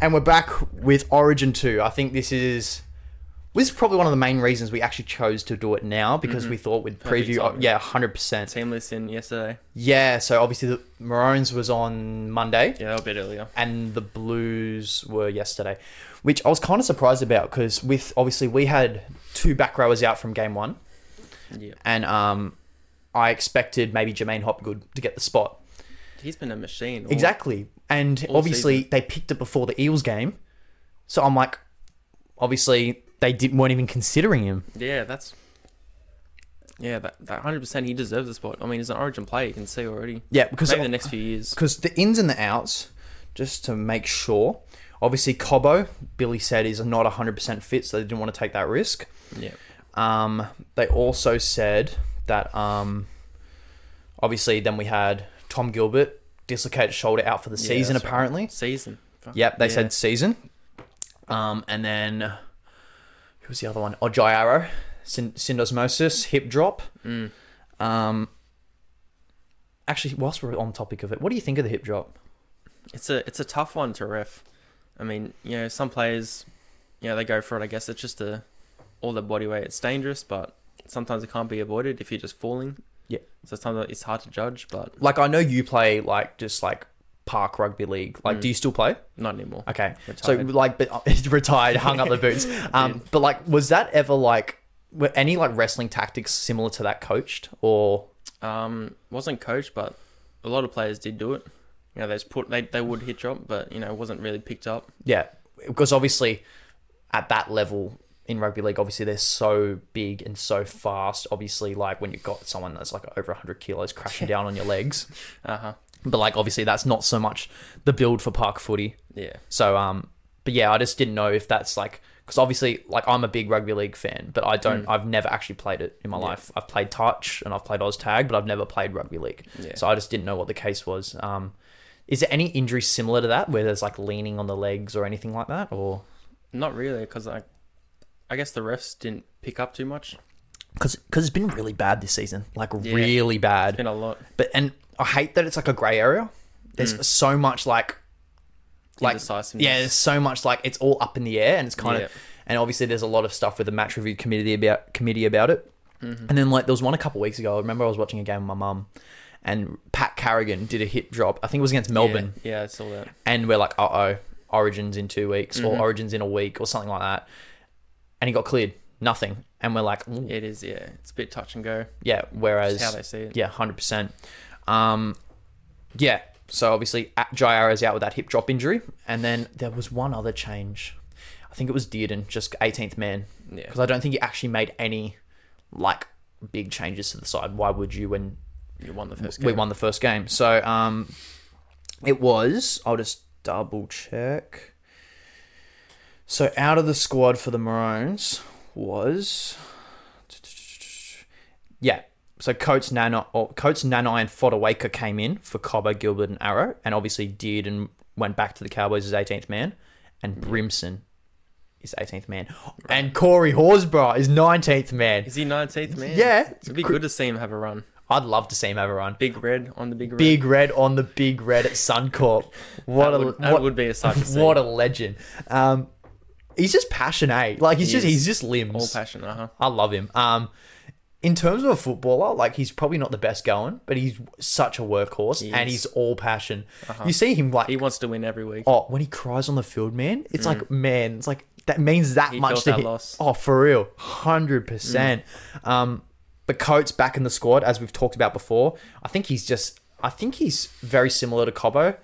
Speaker 1: And we're back with Origin 2. I think this is. This is probably one of the main reasons we actually chose to do it now because we thought we'd
Speaker 2: Perfect
Speaker 1: preview.
Speaker 2: timing.
Speaker 1: yeah, 100%.
Speaker 2: Team list in yesterday.
Speaker 1: Yeah, so obviously the Maroons was on Monday
Speaker 2: Yeah, that was a bit earlier.
Speaker 1: and the Blues were yesterday, which I was kind of surprised about because with obviously we had two back rowers out from game one,
Speaker 2: Yeah.
Speaker 1: and um, I expected maybe Jermaine Hopgood to get the spot
Speaker 2: He's been a machine. all-
Speaker 1: exactly, and
Speaker 2: All
Speaker 1: obviously they picked it before the Eels game, so I'm like, obviously they didn't weren't even considering him.
Speaker 2: Yeah, that's. Yeah, that, that 100% he deserves a spot. I mean, he's an origin player, you can see already.
Speaker 1: Yeah, because
Speaker 2: Maybe the next few years.
Speaker 1: because the ins and the outs, just to make sure. Obviously, Cobbo, Billy said, is not 100% fit, so they didn't want to take that risk.
Speaker 2: Yeah.
Speaker 1: Um, they also said that um, obviously then we had Tom Gilbert dislocated shoulder out for the
Speaker 2: Yeah,
Speaker 1: season
Speaker 2: that's right.
Speaker 1: apparently.
Speaker 2: Season. Fuck.
Speaker 1: Yep, they
Speaker 2: Yeah.
Speaker 1: said season. Um, and then who was the other one? Oh, Jairo, syn- syndesmosis, hip drop.
Speaker 2: Mm.
Speaker 1: Um, actually, whilst we're on topic of it, what do you think of the hip drop?
Speaker 2: It's a it's a tough one to ref. I mean, you know, some players, you know, they go for it. I guess it's just a all the body weight. It's dangerous, but sometimes it can't be avoided if you're just falling.
Speaker 1: Yeah.
Speaker 2: So sometimes it's hard to judge, but
Speaker 1: Like, I know you play like just like park rugby league.
Speaker 2: Mm.
Speaker 1: Like, do you still play?
Speaker 2: not anymore.
Speaker 1: Okay.
Speaker 2: Retired.
Speaker 1: So like, but uh, retired, hung up the boots. Um, but like, was that ever like, were any like wrestling tactics similar to that coached or?
Speaker 2: Um, wasn't coached, but a lot of players did do it. You know, they just put they they would hit drop, but you know, it wasn't really picked up.
Speaker 1: Yeah, because obviously, at that level in rugby league, obviously they're so big and so fast. Obviously, like when you've got someone that's like over hundred kilos crashing down on your legs,
Speaker 2: Uh huh.
Speaker 1: but like obviously that's not so much the build for park footy.
Speaker 2: Yeah.
Speaker 1: So um, but yeah, I just didn't know if that's like because obviously like I'm a big rugby league fan, but I don't. I've never actually played it in my
Speaker 2: Yeah.
Speaker 1: life. I've played touch and I've played Oz tag, but I've never played rugby league.
Speaker 2: Yeah.
Speaker 1: So I just didn't know what the case was. Um, is there any injury similar to that where there's like leaning on the legs or anything like that, or
Speaker 2: Not really, because I, I guess the refs didn't pick up too much.
Speaker 1: because it's been really bad this season, like
Speaker 2: Yeah.
Speaker 1: really bad.
Speaker 2: Been a lot.
Speaker 1: But and I hate that it's like a grey area. There's so much like, like
Speaker 2: Indecisiveness.
Speaker 1: yeah, there's so much like it's all up in the air, and it's kind
Speaker 2: Yeah.
Speaker 1: of, and obviously there's a lot of stuff with the match review committee about committee about it.
Speaker 2: Mm-hmm.
Speaker 1: And then like there was one a couple weeks ago. I remember I was watching a game with my mum, and Pat Carrigan did a hip drop. I think it was against Melbourne,
Speaker 2: Yeah, Mm-hmm. yeah I saw that.
Speaker 1: and we're like, uh oh, Origins in two weeks or Origins in a week or something like that, and he got cleared. Nothing, and we're like, "Ooh,
Speaker 2: It is, yeah. It's a bit touch and go.
Speaker 1: yeah. Whereas
Speaker 2: That's how they see it.
Speaker 1: Yeah, hundred percent. Um, yeah. So obviously, A- Jaira's out with that hip drop injury, and then there was one other change. I think it was Dearden, just 18th man,
Speaker 2: Yeah.
Speaker 1: because I don't think he actually made any like big changes to the side. Why would you when
Speaker 2: You won the first game.
Speaker 1: we won the first game? So um, it was. I'll just double check. So out of the squad for the Maroons was yeah. So Coates, Nana, or Coates, Nanai, and Fodawaker came in for Cobbo, Gilbert, and Arrow, and obviously did and went back to the Cowboys as 18th man, and Brimson is 18th man, and Corey Horsburgh is 19th man.
Speaker 2: Is he 19th man?
Speaker 1: Yeah.
Speaker 2: It'd be good to see him have a run.
Speaker 1: I'd love to see him have a run.
Speaker 2: Big red on the big red.
Speaker 1: Big red on the big red at Suncorp. What
Speaker 2: that
Speaker 1: a
Speaker 2: would, that
Speaker 1: what,
Speaker 2: would be a sight to see.
Speaker 1: what a legend. Um, he's just passionate. Like he's
Speaker 2: He
Speaker 1: just
Speaker 2: is.
Speaker 1: he's just limbs.
Speaker 2: All passion, uh huh.
Speaker 1: I love him. Um, in terms of a footballer, like he's probably not the best going, but he's such a workhorse
Speaker 2: He
Speaker 1: and he's
Speaker 2: is. Uh-huh.
Speaker 1: all passion. You see him like
Speaker 2: He wants to win every week.
Speaker 1: oh when he cries on the field, man. It's like man, it's like that means that
Speaker 2: He
Speaker 1: much
Speaker 2: felt
Speaker 1: to
Speaker 2: that
Speaker 1: him.
Speaker 2: loss.
Speaker 1: Oh, for real, hundred percent. Um, but Coates back in the squad as we've talked about before. I think he's just. I think he's very similar to Cobbo,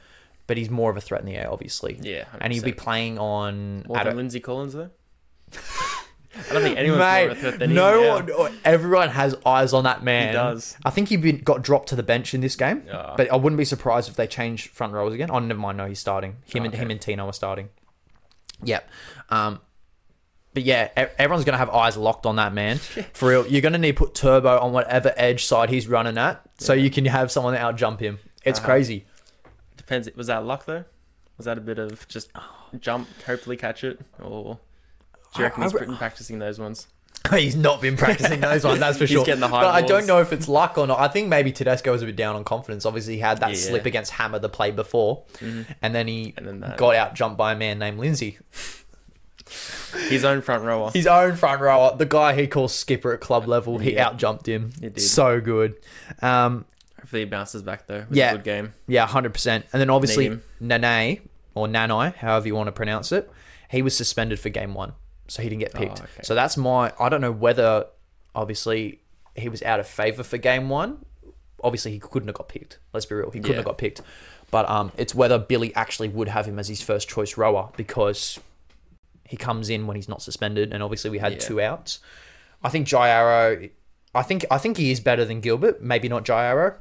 Speaker 1: but he's more of a threat in the air, obviously.
Speaker 2: Yeah, 100%.
Speaker 1: and he'll be playing on. I
Speaker 2: More than
Speaker 1: don't-
Speaker 2: Lindsay Collins, though. I don't think anyone's more of a threat
Speaker 1: Mate,
Speaker 2: than
Speaker 1: no
Speaker 2: him. yeah.
Speaker 1: one, oh, everyone has eyes on that man.
Speaker 2: does.
Speaker 1: I think he been, got dropped to the bench in this game,
Speaker 2: Ah.
Speaker 1: but I wouldn't be surprised if they change front rows again. Oh, never mind. No, he's starting. Him
Speaker 2: Oh,
Speaker 1: and
Speaker 2: okay.
Speaker 1: him and Tino are starting. Yep. Um, but yeah, e- everyone's gonna have eyes locked on that man for real. You're gonna need to put turbo on whatever edge side he's running at, so you can have someone out jump him. It's
Speaker 2: Uh-huh.
Speaker 1: crazy.
Speaker 2: Depends. Was that luck though? Was that a bit of just jump, hopefully catch it, or do you
Speaker 1: I-
Speaker 2: reckon
Speaker 1: I
Speaker 2: he's
Speaker 1: re-
Speaker 2: been practicing those ones?
Speaker 1: he's not been practicing those ones, that's for
Speaker 2: He's
Speaker 1: sure.
Speaker 2: getting the high
Speaker 1: but I don't
Speaker 2: balls.
Speaker 1: know if it's luck or not. I think maybe Tedesco was a bit down on confidence. Obviously, he had that
Speaker 2: Yeah.
Speaker 1: slip against Hammer the play before,
Speaker 2: Mm-hmm.
Speaker 1: and then he
Speaker 2: And then that-
Speaker 1: got out jumped by a man named Lindsay,
Speaker 2: His own front rower.
Speaker 1: his own front rower, the guy he calls skipper at club level. He
Speaker 2: Yeah.
Speaker 1: out jumped him.
Speaker 2: He did.
Speaker 1: So good. Um,
Speaker 2: Hopefully he bounces back though. With
Speaker 1: Yeah.
Speaker 2: A good game.
Speaker 1: yeah, hundred percent. And then obviously
Speaker 2: him.
Speaker 1: Nane or Nanai, however you want to pronounce it, he was suspended for game one, so he didn't get picked.
Speaker 2: Oh, okay.
Speaker 1: So that's my. I don't know whether obviously he was out of favor for game one. Obviously, he couldn't have got picked. Let's be real, he couldn't
Speaker 2: Yeah.
Speaker 1: have got picked. But um, it's whether Billy actually would have him as his first choice rower because he comes in when he's not suspended, and obviously we had
Speaker 2: Yeah.
Speaker 1: two outs. I think Jairo. I think I think he is better than Gilbert. Maybe not Jairo,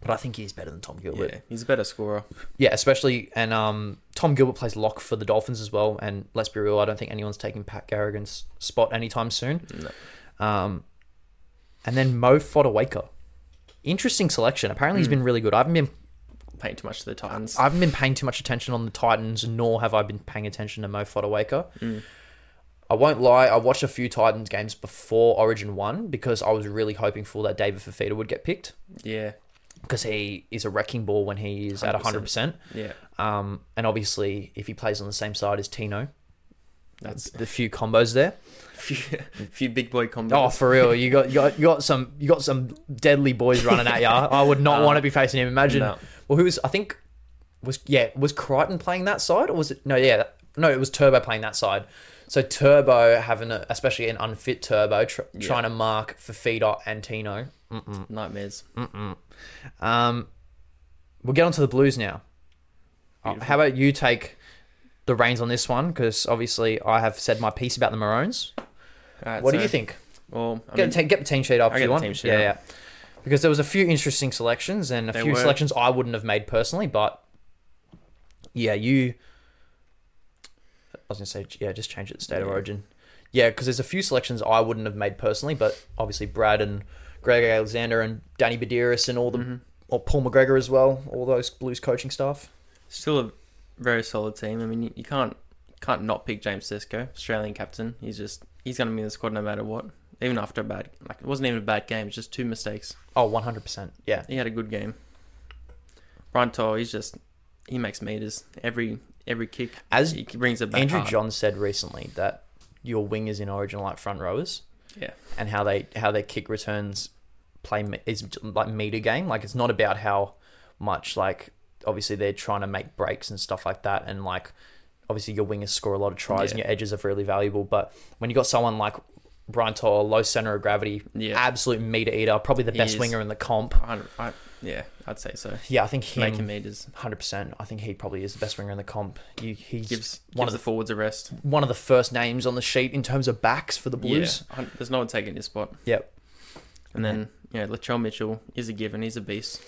Speaker 1: but I think he is better than Tom Gilbert.
Speaker 2: Yeah, he's a better scorer.
Speaker 1: Yeah, especially and um, Tom Gilbert plays lock for the Dolphins as well. And let's be real, I don't think anyone's taking Pat Garrigan's spot anytime soon. Um, and then Mo Fodawaker, interesting selection. Apparently, he's been really good. I haven't been
Speaker 2: Paying too much to the Titans.
Speaker 1: I haven't been paying too much attention on the Titans, nor have I been paying attention to Mo Fodawaker. I won't lie, I watched a few Titans games before Origin one because I was really hoping for that David Fafita would get picked
Speaker 2: yeah.
Speaker 1: because he is a wrecking ball when he is at hundred percent.
Speaker 2: Yeah.
Speaker 1: Um, and obviously, if he plays on the same side as Tino,
Speaker 2: That's
Speaker 1: the few combos there.
Speaker 2: a few, few big boy combos.
Speaker 1: Oh, for real, you got you got, you got some you got some deadly boys running at you. I would not want to be facing him. Imagine.
Speaker 2: no.
Speaker 1: Well, who was I think was yeah was Crichton playing that side or was it no yeah that- no it was Turbo playing that side. So Turbo having a, especially an unfit Turbo tr- trying to mark Fafita and Tino.
Speaker 2: nightmares.
Speaker 1: Mm. Um, we'll get on to the Blues now. Uh, How about you take the reins on this one? Because obviously I have said my piece about the Maroons.
Speaker 2: Alright,
Speaker 1: What do
Speaker 2: so-
Speaker 1: you think?
Speaker 2: Well, I
Speaker 1: Get,
Speaker 2: mean,
Speaker 1: the te- get the team sheet up
Speaker 2: I
Speaker 1: if
Speaker 2: get
Speaker 1: you
Speaker 2: the
Speaker 1: want.
Speaker 2: team sheet
Speaker 1: yeah,
Speaker 2: up.
Speaker 1: yeah. Because there was a few interesting selections and a
Speaker 2: There
Speaker 1: few
Speaker 2: were.
Speaker 1: selections I wouldn't have made personally, but yeah, you. I was gonna say yeah, just change it to state of
Speaker 2: Yeah.
Speaker 1: origin. Yeah, because there's a few selections I wouldn't have made personally, but obviously Brad and Greg Alexander and Danny Badiris and all the
Speaker 2: Mm-hmm.
Speaker 1: or Paul McGregor as well, all those Blues coaching staff.
Speaker 2: still a very solid team. I mean, you, you can't can't not pick James Sesko, Australian captain. He's just he's going to be in the squad no matter what. Even after a bad, like it wasn't even a bad game. It's just two mistakes.
Speaker 1: Oh, 100 percent. Yeah,
Speaker 2: He had a good game. Brian Toll, he's just he makes meters every every kick.
Speaker 1: As
Speaker 2: he brings it back.
Speaker 1: Andrew
Speaker 2: hard.
Speaker 1: John said recently that your wingers in Origin are like front rowers.
Speaker 2: Yeah.
Speaker 1: and how they how their kick returns play me- is like meter game. Like it's not about how much like obviously they're trying to make breaks and stuff like that, and like obviously your wingers score a lot of tries and
Speaker 2: Yeah.
Speaker 1: your edges are really valuable. But when you got someone like Brian Toller, low center of gravity,
Speaker 2: Yeah.
Speaker 1: absolute meter eater, probably the
Speaker 2: He
Speaker 1: best
Speaker 2: is.
Speaker 1: winger in the comp.
Speaker 2: I, I, yeah, I'd say so.
Speaker 1: Yeah, I think
Speaker 2: Making
Speaker 1: him.
Speaker 2: meters
Speaker 1: Hundred percent. I think he probably is the best winger in the comp. You, he's
Speaker 2: gives
Speaker 1: one
Speaker 2: gives
Speaker 1: of
Speaker 2: the forwards a rest.
Speaker 1: the one of the first names on the sheet in terms of backs for the Blues.
Speaker 2: Yeah, hun- there's no one taking his spot.
Speaker 1: Yep.
Speaker 2: And then you know, Latrell Mitchell is a given. He's a beast.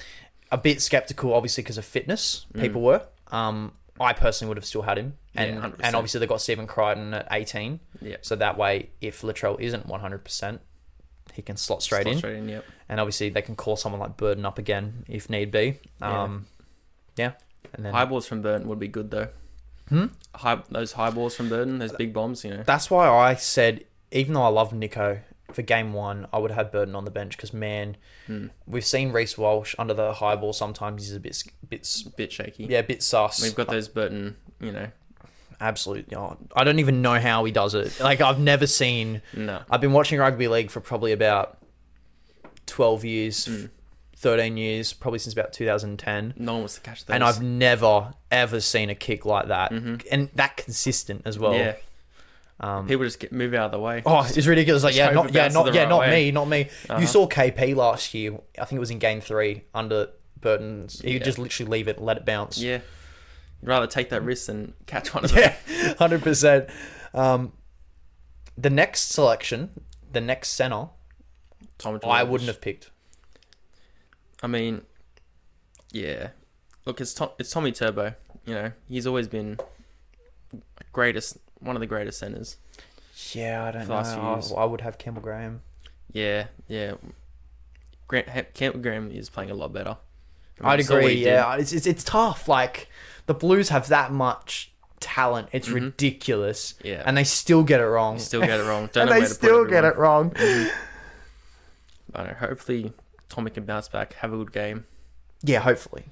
Speaker 1: a bit skeptical, obviously, because of fitness. People were. Um, I personally would have still had him and
Speaker 2: Mm. Yeah, 100%.
Speaker 1: and obviously they've got Stephen Crichton at eighteen.
Speaker 2: Yeah.
Speaker 1: So that way, if Latrell isn't one hundred percent, he can slot straight
Speaker 2: Slot
Speaker 1: in,
Speaker 2: Straight in. Yep.
Speaker 1: and obviously they can call someone like Burden up again if need be.
Speaker 2: Yeah.
Speaker 1: Um, yeah. And then
Speaker 2: Highballs from Burton would be good though.
Speaker 1: Hmm?
Speaker 2: High, those high balls from Burton, those big bombs, you know.
Speaker 1: that's why I said, even though I love Nico for game one, I would have had Burton on the bench because man,
Speaker 2: Hmm.
Speaker 1: we've seen Reese Walsh under the high ball. Sometimes he's a bit, bit,
Speaker 2: Bit shaky.
Speaker 1: yeah, a bit sus.
Speaker 2: We've got those Burton, you know.
Speaker 1: absolutely. Oh, I don't even know how he does it. Like I've never seen.
Speaker 2: No.
Speaker 1: I've been watching rugby league for probably about twelve years,
Speaker 2: Mm.
Speaker 1: thirteen years, probably since about two thousand and ten.
Speaker 2: No one wants to catch those.
Speaker 1: And I've never ever seen a kick like that,
Speaker 2: Mhm.
Speaker 1: and that consistent as well.
Speaker 2: yeah.
Speaker 1: Um,
Speaker 2: People just get, move out of the way.
Speaker 1: Oh, it's ridiculous. Like,
Speaker 2: Just
Speaker 1: yeah,
Speaker 2: hope
Speaker 1: not,
Speaker 2: it
Speaker 1: yeah,
Speaker 2: bounces
Speaker 1: not,
Speaker 2: the
Speaker 1: yeah,
Speaker 2: right
Speaker 1: not
Speaker 2: way.
Speaker 1: me, not me.
Speaker 2: Uh-huh.
Speaker 1: You saw KP last year. I think it was in game three under Burton's. He
Speaker 2: Yeah.
Speaker 1: would just literally leave it, let it bounce.
Speaker 2: Yeah. You'd rather take that risk than catch one of them.
Speaker 1: yeah, hundred percent. Um, the next selection, the next center,
Speaker 2: Tom
Speaker 1: I
Speaker 2: George.
Speaker 1: wouldn't have picked.
Speaker 2: I mean, yeah. Look, it's Tom, it's Tommy Turbo. You know, he's always been greatest, one of the greatest centers.
Speaker 1: Yeah, I don't
Speaker 2: For the last few years.
Speaker 1: know. I, I would have Campbell Graham.
Speaker 2: Yeah, yeah. Grant Ha- Campbell Graham is playing a lot better. I mean,
Speaker 1: I'd
Speaker 2: that's all
Speaker 1: agree.
Speaker 2: he did.
Speaker 1: Yeah, it's, it's it's tough. Like the Blues have that much talent. It's
Speaker 2: Mhm.
Speaker 1: ridiculous,
Speaker 2: yeah. And
Speaker 1: and they still get it wrong.
Speaker 2: they still get it wrong. Don't
Speaker 1: and
Speaker 2: know
Speaker 1: they
Speaker 2: where to
Speaker 1: still
Speaker 2: put
Speaker 1: get it wrong.
Speaker 2: I don't know. Hopefully, Tommy can bounce back, have a good game.
Speaker 1: Yeah, hopefully.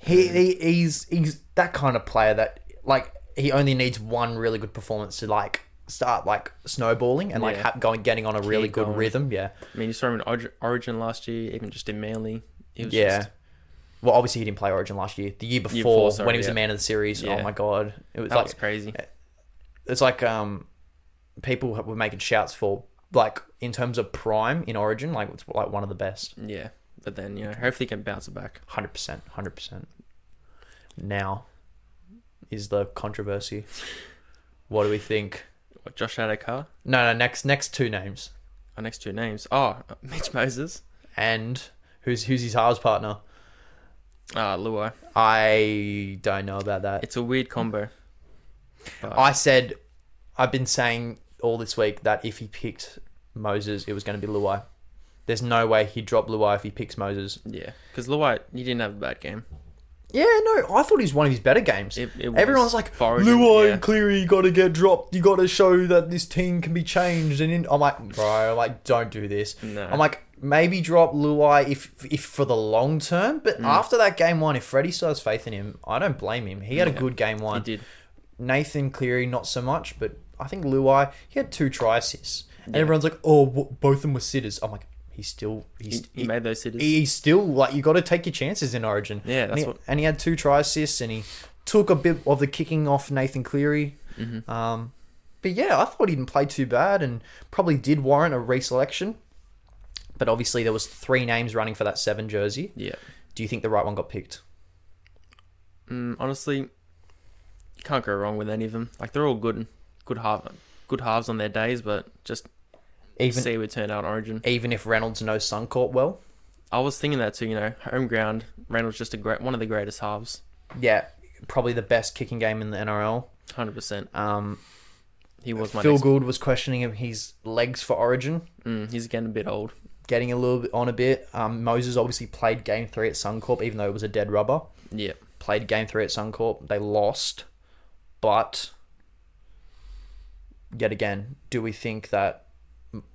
Speaker 1: He, he he's he's that kind of player that like he only needs one really good performance to like start like snowballing and like
Speaker 2: Yeah.
Speaker 1: ha- going getting on a really good
Speaker 2: going.
Speaker 1: rhythm. Yeah.
Speaker 2: I mean, you saw him in Orig- Origin last year, even just in Manly. He was
Speaker 1: Yeah.
Speaker 2: just-
Speaker 1: Well, obviously he didn't play Origin last year. The year before,
Speaker 2: before, sorry,
Speaker 1: when he was
Speaker 2: yeah.
Speaker 1: the man of the series,
Speaker 2: Yeah.
Speaker 1: oh my god, it was
Speaker 2: that
Speaker 1: like
Speaker 2: was crazy.
Speaker 1: it's like um people were making shouts for like in terms of prime in Origin, like it's like one of the best,
Speaker 2: Yeah. But then, you know, hopefully he can bounce it back.
Speaker 1: hundred percent, hundred percent. Now is the controversy. What do we think?
Speaker 2: What, Josh Adokar?
Speaker 1: No, no. Next, next two names,
Speaker 2: Our next two names. Oh, Mitch Moses.
Speaker 1: and who's who's his halves partner?
Speaker 2: Ah, Luai.
Speaker 1: I don't know about that.
Speaker 2: It's a weird combo. But
Speaker 1: I said, I've been saying all this week that if he picked Moses, it was going to be Luai. There's no way he'd drop Luai if he picks Moses.
Speaker 2: yeah, because Luai, he didn't have a bad game.
Speaker 1: Yeah, no, I thought he was one of his better games.
Speaker 2: It, it was
Speaker 1: Everyone's like,
Speaker 2: foraging,
Speaker 1: Luai
Speaker 2: yeah.
Speaker 1: and Cleary, you got to get dropped. You got to show that this team can be changed. And in, I'm like, bro, like, don't do this.
Speaker 2: No.
Speaker 1: I'm like, maybe drop Luai if if for the long term,
Speaker 2: Mm.
Speaker 1: but after that game one, if Freddie still has faith in him, I don't blame him. He had a
Speaker 2: Yeah,
Speaker 1: good game
Speaker 2: he
Speaker 1: one.
Speaker 2: did.
Speaker 1: Nathan Cleary, not so much, but I think Luai, he had two try assists, and everyone's like, oh, w- both of them were sitters. I'm like, he's still
Speaker 2: He,
Speaker 1: he's
Speaker 2: he made those cities.
Speaker 1: he- he's still like you got to take your chances in Origin.
Speaker 2: Yeah,
Speaker 1: and
Speaker 2: that's
Speaker 1: he,
Speaker 2: what-
Speaker 1: And he had two try assists, and he took a bit of the kicking off Nathan Cleary.
Speaker 2: Mm-hmm.
Speaker 1: Um, but yeah, I thought he didn't play too bad, and probably did warrant a reselection. But obviously, there was three names running for that seven jersey.
Speaker 2: yeah.
Speaker 1: Do you think the right one got picked?
Speaker 2: Mm, honestly, you can't go wrong with any of them. Like they're all good, good half, good halves on their days, but just
Speaker 1: Even
Speaker 2: see who turned out in Origin.
Speaker 1: even if Reynolds knows Suncourt well,
Speaker 2: I was thinking that too. You know, home ground. Reynolds just a great, one of the greatest halves.
Speaker 1: yeah, probably the best kicking game in the NRL.
Speaker 2: Hundred percent. Uh,
Speaker 1: Um,
Speaker 2: He was my
Speaker 1: Phil
Speaker 2: next.
Speaker 1: Gould was questioning him his legs for Origin.
Speaker 2: Mm, he's getting a bit old.
Speaker 1: getting a little bit on a bit. Um, Moses obviously played game three at Suncorp, even though it was a dead rubber.
Speaker 2: Yeah.
Speaker 1: Played game three at Suncorp. They lost, but yet again, do we think that?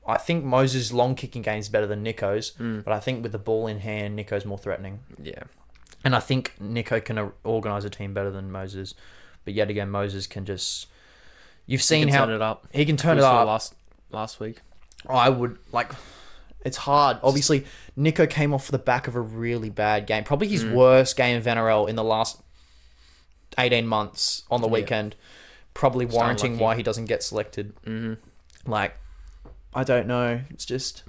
Speaker 1: I think Moses' long kicking game is better than Nico's,
Speaker 2: Mm.
Speaker 1: but I think with the ball in hand, Nico's more threatening.
Speaker 2: Yeah.
Speaker 1: And I think Nico can uh, organize a team better than Moses. But yet again, Moses can just. You've seen
Speaker 2: He can
Speaker 1: how
Speaker 2: turn it up.
Speaker 1: he can turn
Speaker 2: We
Speaker 1: it
Speaker 2: saw
Speaker 1: up.
Speaker 2: last last week.
Speaker 1: I would like. It's hard. Obviously, Nico came off the back of a really bad game, probably his
Speaker 2: Mm.
Speaker 1: worst game of NRL in the last eighteen months on the
Speaker 2: Yeah.
Speaker 1: weekend. Probably warranting
Speaker 2: unlucky.
Speaker 1: why he doesn't get selected.
Speaker 2: Mm-hmm.
Speaker 1: Like, I don't know. It's just,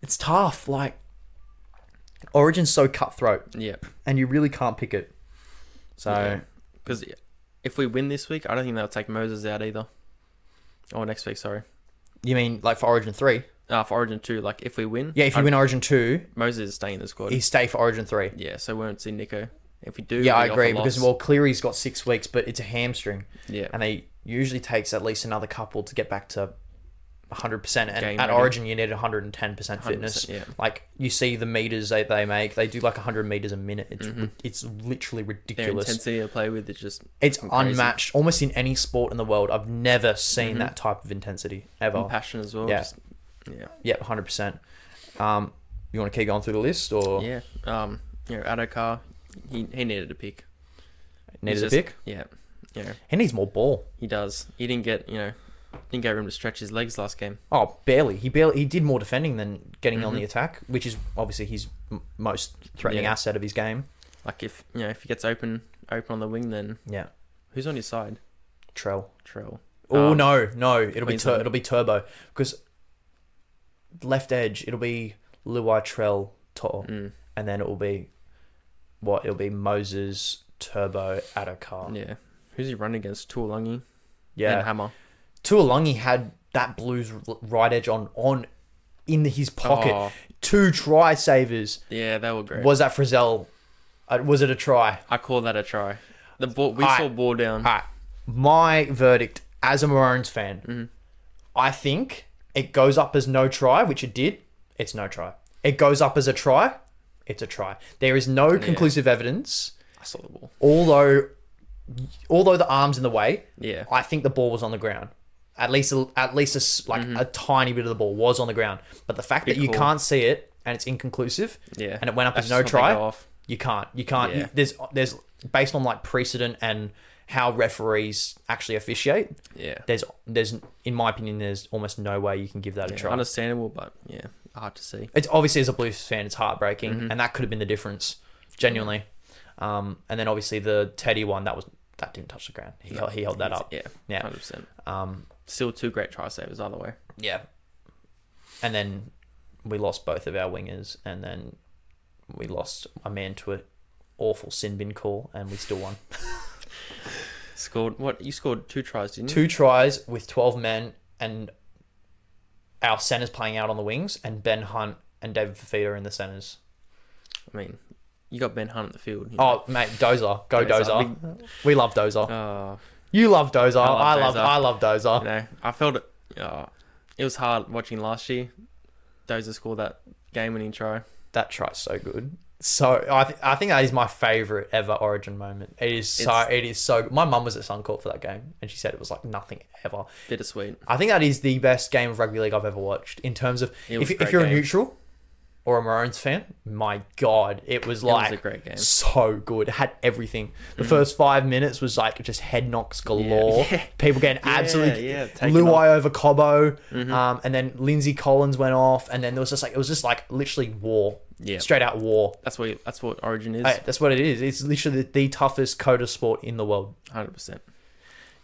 Speaker 1: it's tough. Like, Origin's so cutthroat,
Speaker 2: Yeah.
Speaker 1: and you really can't pick it. So
Speaker 2: Yeah. Because if we win this week, I don't think they'll take Moses out either. Or next week, sorry.
Speaker 1: you mean like for Origin three?
Speaker 2: Uh, for Origin 2, like if we win,
Speaker 1: Yeah, if you
Speaker 2: I'd-
Speaker 1: win Origin two,
Speaker 2: Moses is staying in the squad.
Speaker 1: he stay for Origin three.
Speaker 2: Yeah, so we won't see Nico If we do,
Speaker 1: Yeah, I
Speaker 2: we offer
Speaker 1: agree because
Speaker 2: lots.
Speaker 1: well, Cleary's got six weeks, but it's a hamstring,
Speaker 2: yeah,
Speaker 1: and they usually takes at least another couple to get back to 100. percent And
Speaker 2: Game
Speaker 1: at
Speaker 2: ready.
Speaker 1: Origin, you need 110 percent fitness.
Speaker 2: 100%, yeah.
Speaker 1: Like you see the meters they, they make, they do like 100 meters a minute. It's
Speaker 2: Mhm.
Speaker 1: it's literally
Speaker 2: their
Speaker 1: ridiculous.
Speaker 2: intensity to play with is just
Speaker 1: It's
Speaker 2: crazy.
Speaker 1: unmatched almost in any sport in the world. I've never seen
Speaker 2: Mhm.
Speaker 1: that type of intensity ever.
Speaker 2: and passion as well.
Speaker 1: Yeah.
Speaker 2: just- yeah,
Speaker 1: Yep, 100%. Um, you want to keep going through the list or
Speaker 2: yeah. Um, you know, Adokar, he he needed a pick.
Speaker 1: needed
Speaker 2: He's
Speaker 1: a
Speaker 2: just-
Speaker 1: pick?
Speaker 2: Yeah, you know,
Speaker 1: He needs more ball.
Speaker 2: he does. He didn't get you know, didn't get room to stretch his legs last game.
Speaker 1: Oh, barely. He barely. He did more defending than getting on
Speaker 2: Mhm.
Speaker 1: the attack, which is obviously his m- most threatening
Speaker 2: Yeah.
Speaker 1: asset of his game.
Speaker 2: Like if you know if he gets open open on the wing, then
Speaker 1: Yeah,
Speaker 2: who's on his side?
Speaker 1: Trell.
Speaker 2: Trell.
Speaker 1: Oh
Speaker 2: Um,
Speaker 1: no, no. It'll be tur
Speaker 2: Queensland.
Speaker 1: it'll be Turbo because left edge. It'll be Luai Trell To'o,
Speaker 2: Mm,
Speaker 1: and then it will be what? It'll be Moses Turbo Adokar. Yeah,
Speaker 2: yeah. Who's he running against? Tuolungi
Speaker 1: Oh. yeah.
Speaker 2: and Hammer.
Speaker 1: Tuolungi had that Blues r- right edge on on in his pocket.
Speaker 2: Oh,
Speaker 1: Two try savers.
Speaker 2: yeah, they were great.
Speaker 1: Was that Frizzell? Uh, was it a try?
Speaker 2: I call that a try. The ball we
Speaker 1: Alright.
Speaker 2: saw ball down.
Speaker 1: All right. My verdict as a Maroons fan, I think it goes up as no try, which it did. It's no try. It goes up as a try. It's a try. There is no conclusive evidence,
Speaker 2: I saw the ball.
Speaker 1: although although the arms in the way.
Speaker 2: Yeah.
Speaker 1: I think the ball was on the ground. At least a, at least a, s- like
Speaker 2: Mm-hmm.
Speaker 1: a tiny bit of the ball was on the ground. But the fact that
Speaker 2: Big
Speaker 1: you
Speaker 2: call.
Speaker 1: can't see it and it's inconclusive,
Speaker 2: Yeah.
Speaker 1: and it went up
Speaker 2: That's
Speaker 1: as
Speaker 2: just
Speaker 1: no
Speaker 2: what they
Speaker 1: try.
Speaker 2: go off.
Speaker 1: You can't. You can't.
Speaker 2: Yeah.
Speaker 1: you- there's there's based on like precedent and how referees actually officiate.
Speaker 2: Yeah.
Speaker 1: There's there's in my opinion there's almost no way you can give that a
Speaker 2: Yeah,
Speaker 1: try.
Speaker 2: Understandable, but yeah, hard to see.
Speaker 1: It's obviously as a Blues fan, it's heartbreaking,
Speaker 2: Mm-hmm.
Speaker 1: and that could have been the difference, genuinely. Um, and then obviously the Teddy one that was that didn't touch the ground. He held, he held that up.
Speaker 2: Yeah.
Speaker 1: Yeah.
Speaker 2: Hundred percent.
Speaker 1: Um,
Speaker 2: Still two great try savers either way.
Speaker 1: Yeah. And then we lost both of our wingers, and then we lost a man to an awful sin bin call, and we still won.
Speaker 2: Scored what you scored two tries, didn't you?
Speaker 1: Two tries with 12 men, and our centers playing out on the wings, and Ben Hunt and David Fafita in the centers.
Speaker 2: I mean, you got Ben Hunt in the field. you
Speaker 1: Oh, mate, Dozer. Go
Speaker 2: Dozer.
Speaker 1: Dozer. We love Dozer.
Speaker 2: know. Oh,
Speaker 1: You love Dozer. I
Speaker 2: I
Speaker 1: love,
Speaker 2: love Dozer.
Speaker 1: I love Dozer.
Speaker 2: you know, I felt it. Oh, it was hard watching last year. Dozer scored that game-winning try.
Speaker 1: That try's so good. So I, th- I think that is my favorite ever Origin moment. It is so
Speaker 2: It's-
Speaker 1: it is so. Good. My mum was at Suncorp for that game, and she said it was like nothing ever.
Speaker 2: Bittersweet.
Speaker 1: I think that is the best game of rugby league I've ever watched in terms of
Speaker 2: It was
Speaker 1: if,
Speaker 2: a
Speaker 1: if
Speaker 2: great
Speaker 1: you're a
Speaker 2: game.
Speaker 1: neutral or a Maroons fan. My God, it was
Speaker 2: It was
Speaker 1: like
Speaker 2: a great game. Mm.
Speaker 1: so good. It had everything. The first five minutes was like just head knocks galore.
Speaker 2: Yeah.
Speaker 1: People getting
Speaker 2: Yeah,
Speaker 1: absolutely
Speaker 2: yeah, Mm-hmm. taken
Speaker 1: Luai over Cobo, um, and then Lindsay Collins went off, and then there was just like it was just like literally war,
Speaker 2: Yeah.
Speaker 1: straight out war.
Speaker 2: That's what that's what Origin is.
Speaker 1: Hey, that's what it is. It's literally the, the toughest code of sport in the world.
Speaker 2: Hundred percent.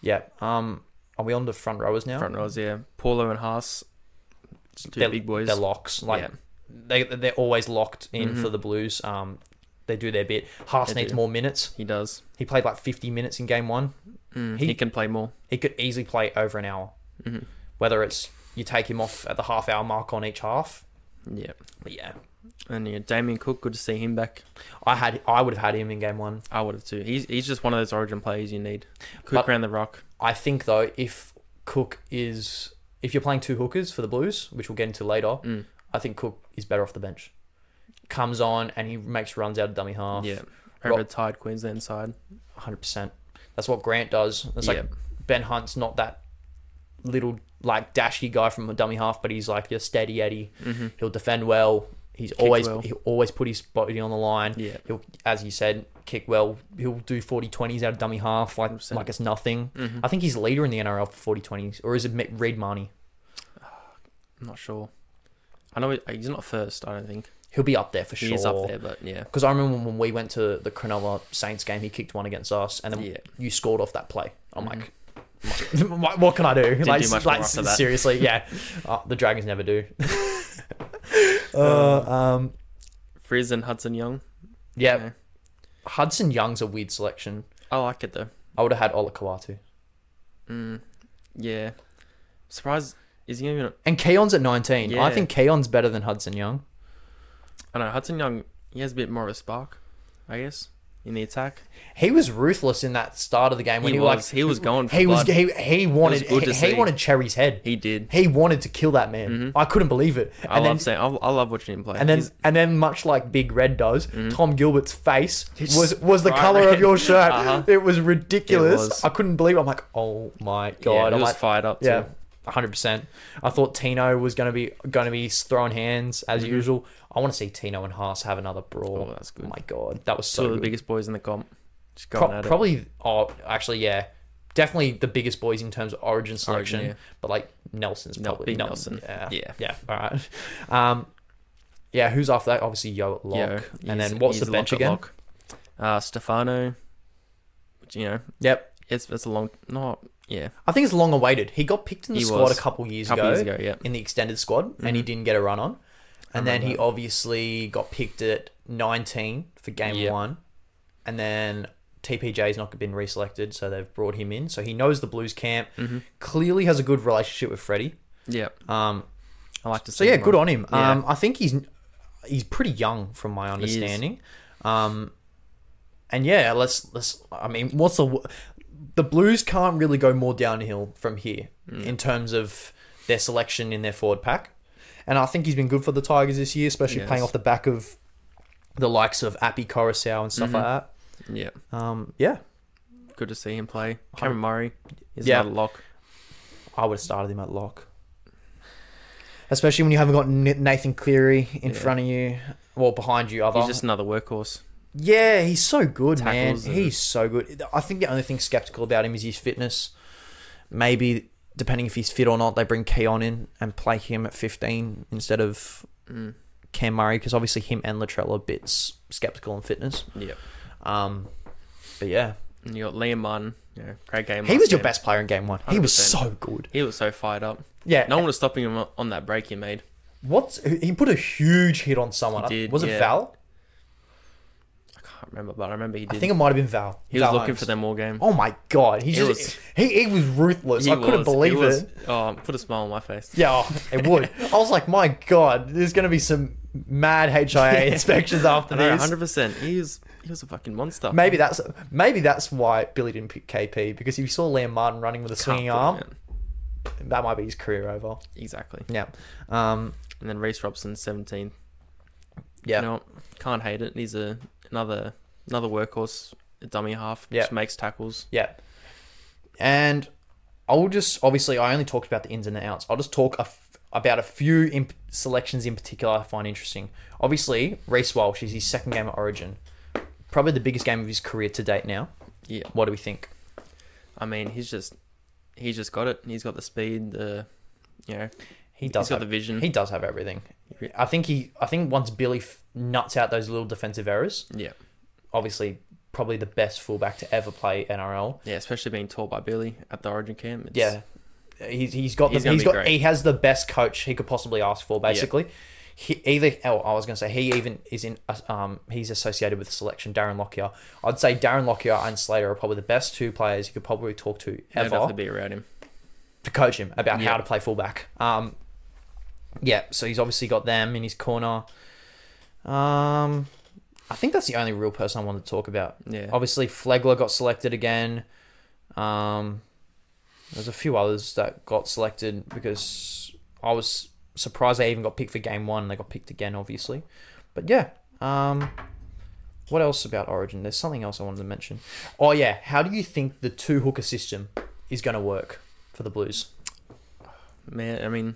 Speaker 1: Yeah. Um, are we on to front rowers now?
Speaker 2: Front rows, yeah. Paulo and Haas, just 2
Speaker 1: they're,
Speaker 2: big boys.
Speaker 1: They're locks. Like
Speaker 2: Yeah.
Speaker 1: they they're always locked in for the Blues. Um, they do their bit. Haas
Speaker 2: Mm-hmm. They
Speaker 1: needs
Speaker 2: do.
Speaker 1: more minutes.
Speaker 2: He does.
Speaker 1: He played like 50 minutes in game one.
Speaker 2: Mm,
Speaker 1: He-
Speaker 2: he, can play more.
Speaker 1: He could easily play over an hour.
Speaker 2: Mhm.
Speaker 1: Whether it's you take him off at the half hour mark on each half.
Speaker 2: Yeah.
Speaker 1: But yeah,
Speaker 2: And yeah, Damien Cook, good to see him back.
Speaker 1: I had I would have had him in game one.
Speaker 2: I would have too. He's he's just one of those Origin players you need. Cook
Speaker 1: But-
Speaker 2: around the rock.
Speaker 1: I think though, if Cook is if you're playing two hookers for the Blues, which we'll get into later,
Speaker 2: Mm.
Speaker 1: I think Cook is better off the bench. Comes on and he makes runs out of dummy half.
Speaker 2: Yeah.
Speaker 1: Rock-
Speaker 2: Over tied Queensland side.
Speaker 1: hundred percent. That's what Grant does. It's like
Speaker 2: Yeah.
Speaker 1: Ben Hunt's not that little like dashy guy from a dummy half, but he's like your steady Eddie.
Speaker 2: Mm-hmm.
Speaker 1: He'll defend well. He's always
Speaker 2: well.
Speaker 1: he'll always put his body on the line.
Speaker 2: Yeah.
Speaker 1: He'll, as you said, kick well. He'll do 40-20s out of dummy half like
Speaker 2: 100%.
Speaker 1: like it's nothing. I think he's leader in the NRL for 40-20s, or is it Ma- Reid Marnie?
Speaker 2: I'm not sure. I know he, he's not first, I don't think.
Speaker 1: He'll be up there for
Speaker 2: He
Speaker 1: sure.
Speaker 2: is up there, but yeah.
Speaker 1: Because I remember when we went to the Cronulla Saints game, he kicked one against us, and then
Speaker 2: Yeah.
Speaker 1: you scored off that play. I'm like, what, what can I do? like,
Speaker 2: Mm-hmm. do much
Speaker 1: like
Speaker 2: more after that.
Speaker 1: seriously, yeah. Uh, the Dragons never do. uh, um,
Speaker 2: Frizz and Hudson Young.
Speaker 1: yeah,
Speaker 2: Yeah.
Speaker 1: Hudson Young's a weird selection.
Speaker 2: I like it though.
Speaker 1: I would have had Ola Kawatu.
Speaker 2: Mm, yeah. Surprised is he even
Speaker 1: And Keon's at 19. I
Speaker 2: Yeah.
Speaker 1: think Keon's better than Hudson Young.
Speaker 2: I don't know, Hudson Young he has a bit more of a spark, I guess. in the attack.
Speaker 1: He was ruthless in that start of the game when
Speaker 2: He,
Speaker 1: he,
Speaker 2: was he was going. For
Speaker 1: like he was
Speaker 2: blood.
Speaker 1: he, he wanted
Speaker 2: good
Speaker 1: he,
Speaker 2: to
Speaker 1: he
Speaker 2: see.
Speaker 1: wanted Cherry's head.
Speaker 2: He did.
Speaker 1: He wanted to kill that man. I couldn't believe it.
Speaker 2: I
Speaker 1: and
Speaker 2: love
Speaker 1: then
Speaker 2: saying. I, I love watching him play.
Speaker 1: and then
Speaker 2: He's- Mm.
Speaker 1: and then much like Big Red does, Tom Gilbert's face
Speaker 2: It's
Speaker 1: was was the
Speaker 2: bright
Speaker 1: color of
Speaker 2: red.
Speaker 1: your shirt.
Speaker 2: Uh-huh.
Speaker 1: It was ridiculous.
Speaker 2: It was.
Speaker 1: I couldn't believe. It. I'm like, oh my god.
Speaker 2: yeah, he
Speaker 1: I'm
Speaker 2: was
Speaker 1: like,
Speaker 2: fired up.
Speaker 1: Yeah,
Speaker 2: too.
Speaker 1: hundred percent. I thought Tino was gonna be gonna be throwing hands as usual. I want to see Tino and Haas have another brawl.
Speaker 2: Mm-hmm. Oh, that's good.
Speaker 1: my god, that was
Speaker 2: two
Speaker 1: so
Speaker 2: of the
Speaker 1: good.
Speaker 2: biggest boys in the comp. Just going
Speaker 1: Pro-
Speaker 2: at it.
Speaker 1: probably. Oh, actually, yeah, definitely the biggest boys in terms of origin selection.
Speaker 2: yeah.
Speaker 1: But like Nelson's
Speaker 2: Nel-
Speaker 1: probably
Speaker 2: big
Speaker 1: Nel-
Speaker 2: Nelson.
Speaker 1: Yeah,
Speaker 2: Yeah.
Speaker 1: yeah. All right. Um, yeah. Who's after that? Obviously, Yo at lock,
Speaker 2: Yeah,
Speaker 1: and
Speaker 2: he's-
Speaker 1: then what's the
Speaker 2: he's lock
Speaker 1: bench
Speaker 2: at
Speaker 1: again?
Speaker 2: lock. Uh, Stefano. Which, you know,
Speaker 1: Yep.
Speaker 2: it's it's a long not yeah
Speaker 1: I think it's long awaited. He got picked in the
Speaker 2: He
Speaker 1: squad
Speaker 2: was.
Speaker 1: a couple years
Speaker 2: couple
Speaker 1: ago.
Speaker 2: years ago. Yeah,
Speaker 1: in the extended squad and he didn't get a run on. And then he obviously got picked at 19 for game
Speaker 2: Yep.
Speaker 1: one. And then TPJ's not been reselected, so they've brought him in. So he knows the Blues camp. Clearly has a good relationship with Freddie.
Speaker 2: yeah.
Speaker 1: Um,
Speaker 2: I like to
Speaker 1: so
Speaker 2: see.
Speaker 1: yeah,
Speaker 2: him
Speaker 1: good on him.
Speaker 2: Yeah.
Speaker 1: Um, I think he's he's pretty young from my
Speaker 2: is.
Speaker 1: understanding. Um, and yeah, let's let's. I mean, what's the wo- the Blues can't really go more downhill from here
Speaker 2: Hmm.
Speaker 1: in terms of their selection in their forward pack. And I think he's been good for the Tigers this year, especially
Speaker 2: Yes.
Speaker 1: playing off the back of the likes of Appy Coruscant and stuff
Speaker 2: Mm-hmm.
Speaker 1: like
Speaker 2: Yeah,
Speaker 1: that. Um, yeah,
Speaker 2: good to see him play. Cameron Murray is
Speaker 1: Yeah.
Speaker 2: another lock.
Speaker 1: I would have started him at lock. Especially when you haven't got N- Nathan Cleary in
Speaker 2: Yeah.
Speaker 1: front of you, well behind you. Other
Speaker 2: He's just another workhorse.
Speaker 1: Yeah, he's so good,
Speaker 2: Tackles
Speaker 1: man.
Speaker 2: and-
Speaker 1: He's so good. I think the only thing skeptical about him is his fitness. Maybe depending if he's fit or not, they bring Keon in and play him at 15 instead of
Speaker 2: Mm.
Speaker 1: Cam Murray because obviously him and Latrell are bits skeptical on fitness.
Speaker 2: Yep.
Speaker 1: Um, but yeah,
Speaker 2: And you got Liam Martin. You know, great game.
Speaker 1: he
Speaker 2: last
Speaker 1: was your
Speaker 2: game.
Speaker 1: best player in game one. He was
Speaker 2: 100%.
Speaker 1: so good.
Speaker 2: He was so fired up.
Speaker 1: Yeah,
Speaker 2: No one was stopping him on that break he made.
Speaker 1: what's he put a huge hit on someone.
Speaker 2: He did,
Speaker 1: was it
Speaker 2: yeah.
Speaker 1: Val?
Speaker 2: I can't remember, but I remember he
Speaker 1: I
Speaker 2: did.
Speaker 1: think it might have been Val.
Speaker 2: he was
Speaker 1: Val
Speaker 2: looking for
Speaker 1: Holmes.
Speaker 2: them all game.
Speaker 1: Oh my god, he
Speaker 2: It
Speaker 1: just
Speaker 2: was-
Speaker 1: he, he was ruthless.
Speaker 2: He
Speaker 1: I couldn't
Speaker 2: was-
Speaker 1: believe
Speaker 2: he was-
Speaker 1: it.
Speaker 2: Oh, put a smile on my face.
Speaker 1: Yeah, oh, it would. I was like, my God, there's going to be some mad HIA inspections after
Speaker 2: No,
Speaker 1: this.
Speaker 2: hundred percent. He was he was a fucking monster.
Speaker 1: Maybe that's maybe that's why Billy didn't pick KP because he saw Liam Martin running with a
Speaker 2: Can't
Speaker 1: swinging
Speaker 2: put him
Speaker 1: arm.
Speaker 2: in.
Speaker 1: That might be his career over.
Speaker 2: Exactly.
Speaker 1: Yeah, um,
Speaker 2: And then Reese Robson, seventeen.
Speaker 1: yeah,
Speaker 2: You know, can't hate it. He's a another another workhorse, a dummy half,
Speaker 1: Yeah.
Speaker 2: just makes tackles.
Speaker 1: yeah. And I'll just obviously I only talked about the ins and the outs. I'll just talk a f- about a few imp- selections in particular I find interesting. Obviously, Reese Walsh is his second game at Origin, probably the biggest game of his career to date. Now,
Speaker 2: Yeah.
Speaker 1: what do we think?
Speaker 2: I mean, he's just he's just got it. He's got the speed, the you know,
Speaker 1: He does
Speaker 2: He's got
Speaker 1: have-
Speaker 2: the vision.
Speaker 1: He does have everything. I think he. I think once Billy f- nuts out those little defensive errors,
Speaker 2: yeah.
Speaker 1: obviously probably the best fullback to ever play NRL.
Speaker 2: Yeah, especially being taught by Billy at the Origin camp. It's,
Speaker 1: Yeah, he's he's got the, he's,
Speaker 2: He's gonna be
Speaker 1: got
Speaker 2: great.
Speaker 1: he has the best coach he could possibly ask for. Basically, he either oh, I was gonna say he even is in um he's associated with selection Darren Lockyer. I'd say Darren Lockyer and Slater are probably the best two players you could probably talk to
Speaker 2: they'd
Speaker 1: ever
Speaker 2: have to be around him.
Speaker 1: to coach him about how
Speaker 2: Yeah.
Speaker 1: to play fullback. Um, yeah, so he's obviously got them in his corner. Um, I think that's the only real person I wanted to talk about.
Speaker 2: Yeah.
Speaker 1: Obviously, Flegler got selected again. Um, there's a few others that got selected because I was surprised they even got picked for game one. They got picked again, obviously. But yeah. Um, what else about Origin? There's something else I wanted to mention. Oh yeah, how do you think the two hooker system is going to work for the Blues?
Speaker 2: Man, I mean,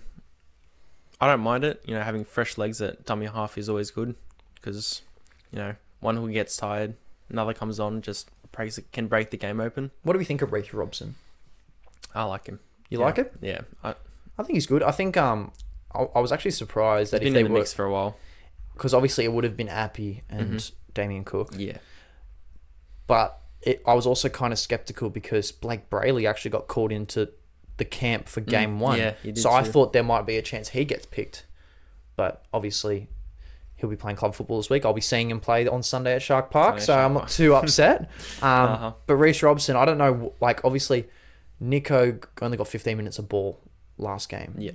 Speaker 2: I don't mind it. You know, having fresh legs at dummy half is always good because, you know, one who gets tired, another comes on, just breaks it, can break the game open.
Speaker 1: What do we think of Reith Robson?
Speaker 2: I like him.
Speaker 1: You
Speaker 2: Yeah.
Speaker 1: like it?
Speaker 2: Yeah, I,
Speaker 1: I think he's good. I think um, I, I was actually surprised that
Speaker 2: been
Speaker 1: if
Speaker 2: in
Speaker 1: they
Speaker 2: the
Speaker 1: were
Speaker 2: mix for a while.
Speaker 1: because obviously it would have been Appy and
Speaker 2: Mm-hmm.
Speaker 1: Damien Cook,
Speaker 2: Yeah,
Speaker 1: but it, I was also kind of skeptical because Blake Brayley actually got called into the camp for game one.
Speaker 2: Mm, yeah, he did
Speaker 1: so I
Speaker 2: too.
Speaker 1: thought there might be a chance he gets picked, but obviously he'll be playing club football this week. I'll be seeing him play on Sunday at Shark Park,
Speaker 2: Sunday at
Speaker 1: so
Speaker 2: Shark
Speaker 1: I'm not
Speaker 2: Park.
Speaker 1: too upset. Um,
Speaker 2: Uh-huh.
Speaker 1: But Reese Robson, I don't know. Like obviously, Nico only got 15 minutes of ball last game.
Speaker 2: yeah.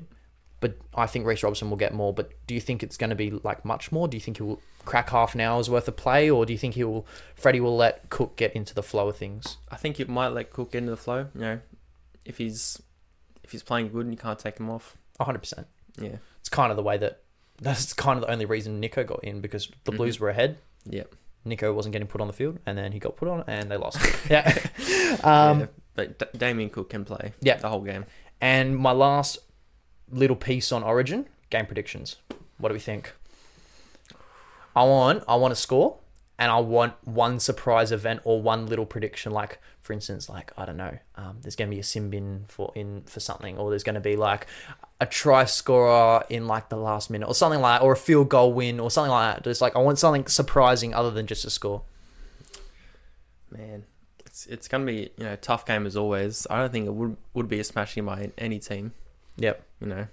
Speaker 1: But I think Reece Robson will get more. But do you think it's going to be like much more? Do you think he will crack half an hour's worth of play, or do you think he will? Freddie will let Cook get into the flow of things.
Speaker 2: I think it might let Cook get into the flow. You know, if he's if he's playing good and you can't take him off.
Speaker 1: 100. percent
Speaker 2: Yeah.
Speaker 1: It's kind of the way that that's kind of the only reason Nico got in because the
Speaker 2: Mhm.
Speaker 1: Blues were ahead.
Speaker 2: Yeah.
Speaker 1: Nico wasn't getting put on the field, and then he got put on, and they lost. yeah. Um,
Speaker 2: yeah. But D- Damien Cook can play.
Speaker 1: Yeah.
Speaker 2: The whole game.
Speaker 1: And my last little piece on Origin game predictions. What do we think? I want I want a score, and I want one surprise event or one little prediction. Like for instance, like I don't know, um, there's going to be a sim bin for in for something, or there's going to be like a try scorer in like the last minute, or something like, or a field goal win, or something like that. Just like I want something surprising other than just a score.
Speaker 2: Man, it's it's gonna be you know a tough game as always. I don't think it would would be a smashing by any team.
Speaker 1: Yep,
Speaker 2: You know,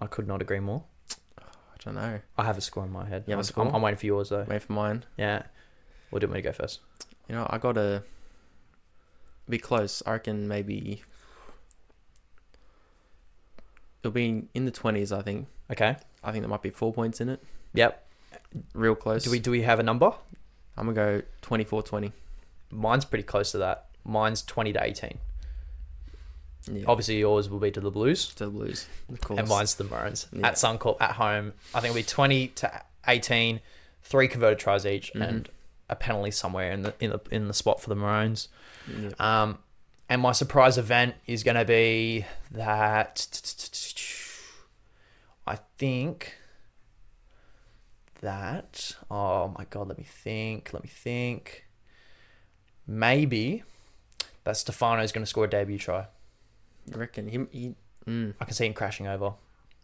Speaker 1: I could not agree more.
Speaker 2: I don't know.
Speaker 1: I have a score in my head.
Speaker 2: You have a
Speaker 1: I'm-
Speaker 2: score?
Speaker 1: I'm, I'm waiting for yours though.
Speaker 2: Wait for mine.
Speaker 1: Yeah. Or do you want me to go first?
Speaker 2: You know, I gotta be close. I reckon maybe it'll be in the twenties. I think.
Speaker 1: Okay.
Speaker 2: I think there might be four points in it.
Speaker 1: Yep.
Speaker 2: Real close.
Speaker 1: Do we do we have a number?
Speaker 2: I'm gonna go 24-20.
Speaker 1: Mine's pretty close to that. Mine's twenty to eighteen.
Speaker 2: Yeah.
Speaker 1: Obviously, yours will be to the Blues,
Speaker 2: to the Blues. Of course.
Speaker 1: and mine's to the Maroons
Speaker 2: Yeah.
Speaker 1: at Suncorp at home. I think it'll be twenty to eighteen, three converted tries each,
Speaker 2: Mm-hmm.
Speaker 1: and a penalty somewhere in the in the in the spot for the Maroons.
Speaker 2: Yeah.
Speaker 1: Um, and my surprise event is going to be that I think that oh my god, let me think, let me think. Maybe that Stefano's going to score a debut try.
Speaker 2: I reckon him. He, mm,
Speaker 1: I can see him crashing over.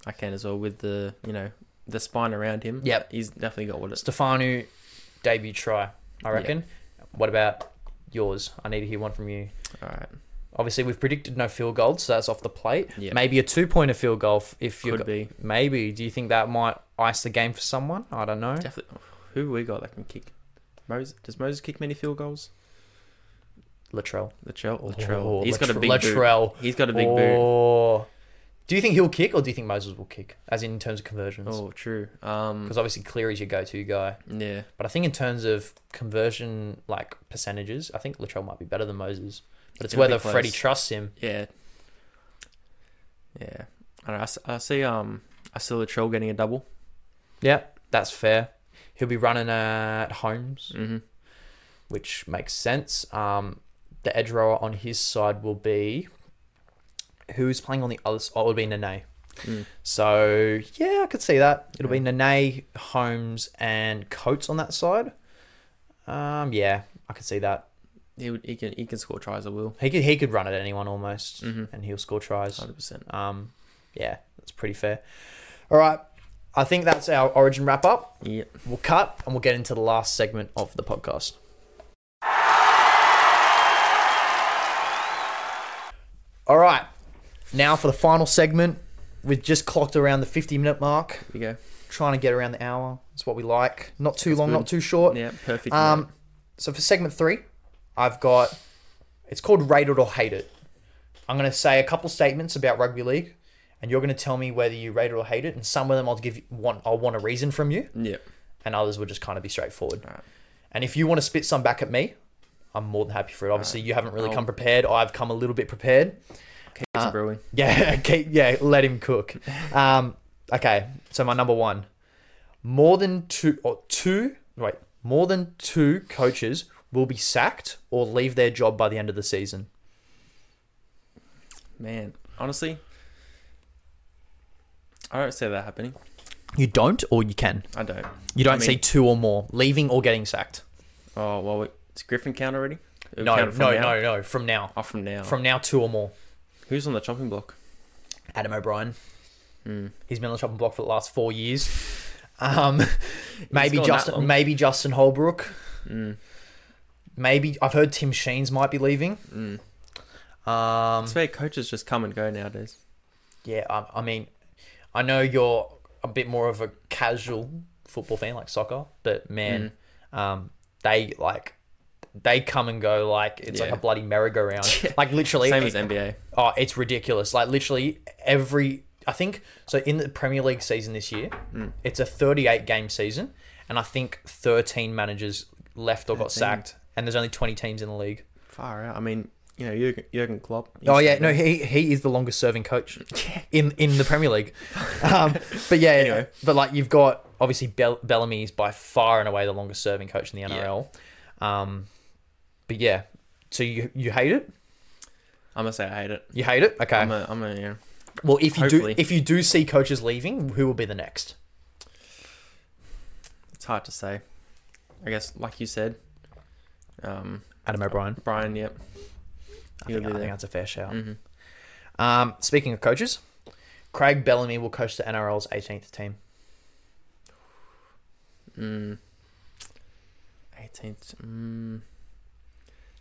Speaker 2: I can as well with the you know the spine around him.
Speaker 1: Yep.
Speaker 2: He's definitely got what it's.
Speaker 1: Stefano debut try, I reckon. What about yours? I need to hear one from you.
Speaker 2: All right.
Speaker 1: Obviously, we've predicted no field goal, so that's off the plate.
Speaker 2: Yeah.
Speaker 1: Maybe a two-pointer field goal f- if you
Speaker 2: Could be.
Speaker 1: Maybe. Do you think that might ice the game for someone? I don't know.
Speaker 2: Definitely. Who we got that can kick? Moses. Does Moses kick many field goals?
Speaker 1: Latrell.
Speaker 2: Latrell.
Speaker 1: Oh,
Speaker 2: Latrell. he's got a
Speaker 1: Latrell-
Speaker 2: big
Speaker 1: Latrell.
Speaker 2: boot. He's got a big boot.
Speaker 1: Oh. Do you think he'll kick, or do you think Moses will kick? As in, terms of conversions,
Speaker 2: Oh, true. Um.
Speaker 1: because obviously Cleary's your go-to guy.
Speaker 2: Yeah.
Speaker 1: But I think in terms of conversion, like percentages, I think Latrell might be better than Moses. But it's
Speaker 2: It'll be
Speaker 1: whether Freddie
Speaker 2: close.
Speaker 1: trusts him.
Speaker 2: Yeah. Yeah. I, don't know, I s- I see. Um. I see Latrell getting a double.
Speaker 1: Yeah, that's fair. He'll be running at Holmes.
Speaker 2: Mm-hmm.
Speaker 1: which makes sense. Um, the edge rower on his side will be who's playing on the other side. Oh, it would be Nene.
Speaker 2: Mm.
Speaker 1: So yeah, I could see that. It'll
Speaker 2: Yeah.
Speaker 1: be Nene, Holmes, and Coates on that side. Um, yeah, I could see that.
Speaker 2: He would. He can. He can score tries. I will.
Speaker 1: He could he could run at anyone almost,
Speaker 2: Mhm.
Speaker 1: and he'll score tries.
Speaker 2: Hundred percent.
Speaker 1: Um, yeah, that's pretty fair. All right, I think that's our Origin wrap up.
Speaker 2: Yep.
Speaker 1: We'll cut and we'll get into the last segment of the podcast. All right. Now for the final segment. We've just clocked around the 50 minute mark,
Speaker 2: Here we go.
Speaker 1: trying to get around the hour. It's what we like. Not too
Speaker 2: That's
Speaker 1: long,
Speaker 2: good.
Speaker 1: not too short.
Speaker 2: Yeah. Perfect.
Speaker 1: Um, so for segment three, I've got it's called Rate It or Hate It. I'm going to say a couple statements about rugby league, and you're going to tell me whether you rate it or hate it. And some of them I'll give you, want I'll want a reason from you
Speaker 2: mate. Yep.
Speaker 1: and others will just kind of be straightforward.
Speaker 2: Alright.
Speaker 1: And if you want to spit some back at me, I'm more than happy for it. Obviously, you haven't really
Speaker 2: I'll-
Speaker 1: come prepared. I've come a little bit prepared.
Speaker 2: Keep brewing.
Speaker 1: Yeah, okay, yeah, let him cook. Um, okay, so my number one, more than two or two, wait, more than two coaches will be sacked or leave their job by the end of the season.
Speaker 2: Man, honestly, I don't see that happening.
Speaker 1: You don't, or you can.
Speaker 2: I don't.
Speaker 1: You don't
Speaker 2: I mean-
Speaker 1: see two or more leaving or getting sacked.
Speaker 2: Oh well, wait, does Griffin count already? It'll
Speaker 1: No,
Speaker 2: count from
Speaker 1: no,
Speaker 2: now?
Speaker 1: no, no. From now,
Speaker 2: Oh, from now.
Speaker 1: from now, two or more.
Speaker 2: who's on the chopping block?
Speaker 1: Adam O'Brien.
Speaker 2: Hmm.
Speaker 1: He's been on the chopping block for the last four years. Um, maybe
Speaker 2: gone that
Speaker 1: Justin,
Speaker 2: long.
Speaker 1: maybe Justin Holbrook.
Speaker 2: Mm,
Speaker 1: Maybe I've heard Tim Sheens might be leaving.
Speaker 2: mm.
Speaker 1: Um,
Speaker 2: I swear, coaches just come and go nowadays.
Speaker 1: yeah, I, I mean, I know you're a bit more of a casual football fan, like soccer, but man,
Speaker 2: Mm.
Speaker 1: um, they like they come and go like it's like
Speaker 2: Yeah.
Speaker 1: a bloody merry-go-round. Like literally,
Speaker 2: Same
Speaker 1: it-
Speaker 2: as NBA.
Speaker 1: oh, it's ridiculous. Like literally every I think so in the Premier League season this year, it's a 38 game season, and I think 13 managers left or got
Speaker 2: 13.
Speaker 1: sacked, and there's only 20 teams in the league.
Speaker 2: Far out. I mean, you know, Jurgen, Jurgen Klopp.
Speaker 1: Oh yeah, no, he he is the longest serving coach in in the Premier League. Um, but yeah,
Speaker 2: Anyway.
Speaker 1: but like you've got obviously Bell, Bellamy is by far and away the longest serving coach in the
Speaker 2: Yeah.
Speaker 1: NRL. Um, but yeah, so you you hate it?
Speaker 2: I'm gonna say I hate it.
Speaker 1: You hate it? Okay.
Speaker 2: I'm a, I'm a, yeah.
Speaker 1: well, if you
Speaker 2: hopefully.
Speaker 1: do if you do see coaches leaving, who will be the next?
Speaker 2: It's hard to say. I guess, like you said, um,
Speaker 1: Adam O'Brien.
Speaker 2: Brian. Yep.
Speaker 1: I
Speaker 2: He'll
Speaker 1: think,
Speaker 2: be
Speaker 1: I think
Speaker 2: there.
Speaker 1: that's a fair shout.
Speaker 2: Mhm.
Speaker 1: Um, speaking of coaches, Craig Bellamy will coach the NRL's 18th team.
Speaker 2: Mm. 18th. Mm.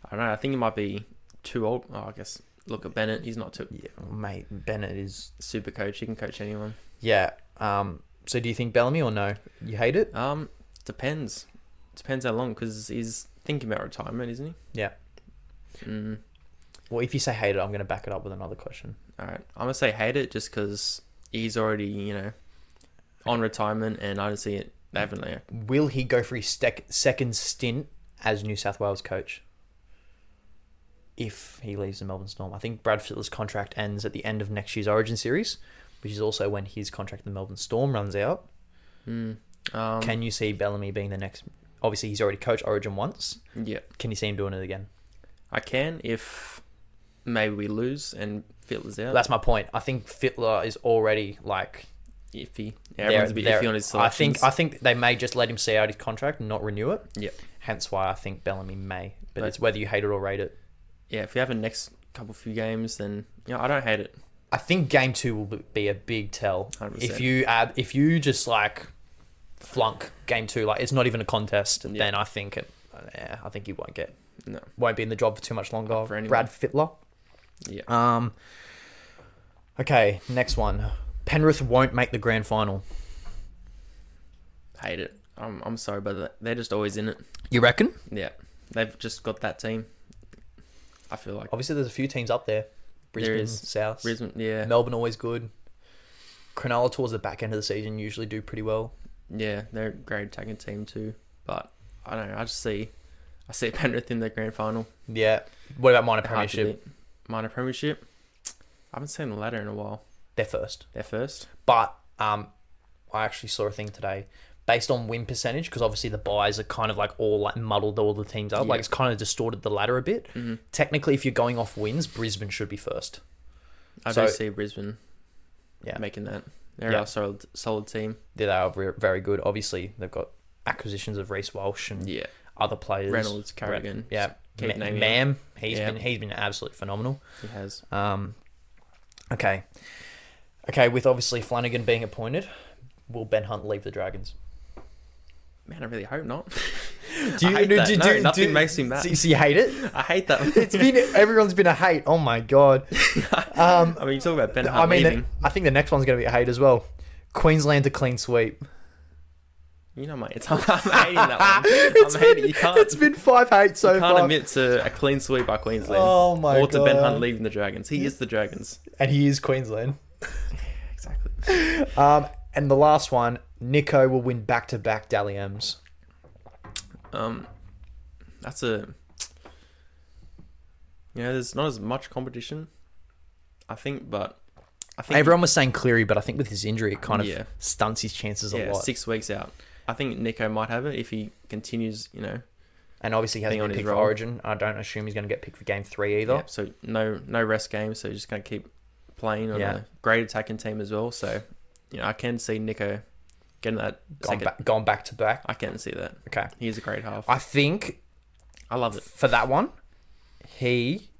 Speaker 2: I don't know. I think he might be too old. Oh, I guess. Look at Bennett. He's not too
Speaker 1: Yeah, mate, Bennett is
Speaker 2: super coach. He can coach anyone.
Speaker 1: Yeah. Um, so do you think Bellamy or no? You hate it?
Speaker 2: Um, depends. Depends how long, because he's thinking about retirement, isn't he?
Speaker 1: Yeah.
Speaker 2: Mm.
Speaker 1: Well, if you say hate it, I'm going to back it up with another question.
Speaker 2: All right. I'm gonna say hate it just because he's already you know on retirement, and I don't see it.
Speaker 1: Mm.
Speaker 2: They haven't like,
Speaker 1: Will he go for his stec- second stint as New South Wales coach if he leaves the Melbourne Storm? I think Brad Fittler's contract ends at the end of next year's Origin Series, which is also when his contract in the Melbourne Storm runs out.
Speaker 2: mm, um,
Speaker 1: Can you see Bellamy being the next? Obviously, he's already coached Origin once.
Speaker 2: yeah,
Speaker 1: Can you see him doing it again?
Speaker 2: I can if maybe we lose and Fittler's out.
Speaker 1: That's my point. I think Fittler is already like
Speaker 2: iffy. Yeah,
Speaker 1: they're-
Speaker 2: everyone's a bit
Speaker 1: they're-
Speaker 2: iffy on his
Speaker 1: I
Speaker 2: selections.
Speaker 1: think I think they may just let him see out his contract and not renew it.
Speaker 2: Yep.
Speaker 1: Hence why I think Bellamy may. But
Speaker 2: But-
Speaker 1: it's whether you hate it or rate it.
Speaker 2: yeah, if we have a next couple few games, then yeah, I don't hate it.
Speaker 1: I think game two will be- be a big tell.
Speaker 2: 100%.
Speaker 1: If you add, if you just like flunk game two, like it's not even a contest,
Speaker 2: Yeah.
Speaker 1: then I think it. Yeah, I think he won't get.
Speaker 2: No.
Speaker 1: Won't be in the job for too much longer.
Speaker 2: for anyone.
Speaker 1: Brad Fittler.
Speaker 2: Yeah,
Speaker 1: Um. Okay, next one. Penrith won't make the grand final.
Speaker 2: hate it. I'm I'm sorry, but th- they're just always in it.
Speaker 1: You reckon?
Speaker 2: Yeah, they've just got that team. I feel like
Speaker 1: Obviously, there's a few teams up there. Brisbane,
Speaker 2: is.
Speaker 1: South.
Speaker 2: Brisbane. Yeah,
Speaker 1: Melbourne always good. Cronulla towards the back end of the season usually do pretty well.
Speaker 2: yeah, they're a great attacking team too. But I don't know. I just see, I see Penrith in the grand final.
Speaker 1: Yeah. What about minor
Speaker 2: Hard to
Speaker 1: premiership?
Speaker 2: beat. minor premiership. I haven't seen the ladder in a while.
Speaker 1: They're first.
Speaker 2: They're first.
Speaker 1: But um, I actually saw a thing today based on win percentage because obviously the buys are kind of like all like muddled all the teams up.
Speaker 2: Yeah.
Speaker 1: Like it's kind of distorted the ladder a bit.
Speaker 2: Mhm.
Speaker 1: Technically, if you're going off wins, Brisbane should be first.
Speaker 2: I
Speaker 1: So-
Speaker 2: do see Brisbane.
Speaker 1: Yeah.
Speaker 2: making that. They're
Speaker 1: Yeah.
Speaker 2: our solid solid team.
Speaker 1: They are ver- very good. Obviously, they've got acquisitions of Reese Walsh and
Speaker 2: Yeah,
Speaker 1: other players.
Speaker 2: Reynolds, Carrigan.
Speaker 1: Yeah.
Speaker 2: Keep
Speaker 1: Ma-
Speaker 2: naming
Speaker 1: Mam, he's
Speaker 2: Yeah.
Speaker 1: been he's been absolutely phenomenal.
Speaker 2: He has.
Speaker 1: Um, okay. Okay, with obviously Flanagan being appointed, will Ben Hunt leave the Dragons?
Speaker 2: Man, I really hope not.
Speaker 1: Do
Speaker 2: hate that. No, nothing makes me mad.
Speaker 1: So, so you hate it?
Speaker 2: I hate that.
Speaker 1: It's been everyone's been a hate. Oh my god. Um,
Speaker 2: I mean, you talk about Ben
Speaker 1: I
Speaker 2: Hunt
Speaker 1: mean,
Speaker 2: leaving.
Speaker 1: I think the next one's going to be a hate as well. Queensland to clean sweep.
Speaker 2: You know, mate, it's, I'm, hating that one. I'm hating. You can't.
Speaker 1: It's been five hate so
Speaker 2: you can't
Speaker 1: far,
Speaker 2: admit to a clean sweep by Queensland.
Speaker 1: Oh my
Speaker 2: or to Ben
Speaker 1: God.
Speaker 2: Hunt leaving the Dragons. He is the Dragons.
Speaker 1: and he is Queensland.
Speaker 2: Exactly.
Speaker 1: Um, and the last one, Nico will win back-to-back Dally M's.
Speaker 2: Um, that's a. You know, there's not as much competition, I think, but I think
Speaker 1: Everyone was saying Cleary, but I think with his injury, it kind of
Speaker 2: Yeah.
Speaker 1: stunts his chances a
Speaker 2: yeah,
Speaker 1: lot.
Speaker 2: six weeks out. I think Nico might have it if he continues. You know,
Speaker 1: And obviously, he hasn't
Speaker 2: Being on
Speaker 1: been
Speaker 2: his
Speaker 1: picked for
Speaker 2: roll.
Speaker 1: Origin. I don't assume he's going to get picked for Game Three either.
Speaker 2: Yeah, so no no rest games. So he's just gonna keep playing on
Speaker 1: Yeah.
Speaker 2: a great attacking team as well. So you know, I can see Nico getting that
Speaker 1: Gone,
Speaker 2: second.
Speaker 1: back, gone back to back.
Speaker 2: I can see that.
Speaker 1: Okay,
Speaker 2: He's a great half. I,
Speaker 1: I think
Speaker 2: love it.
Speaker 1: for that one, he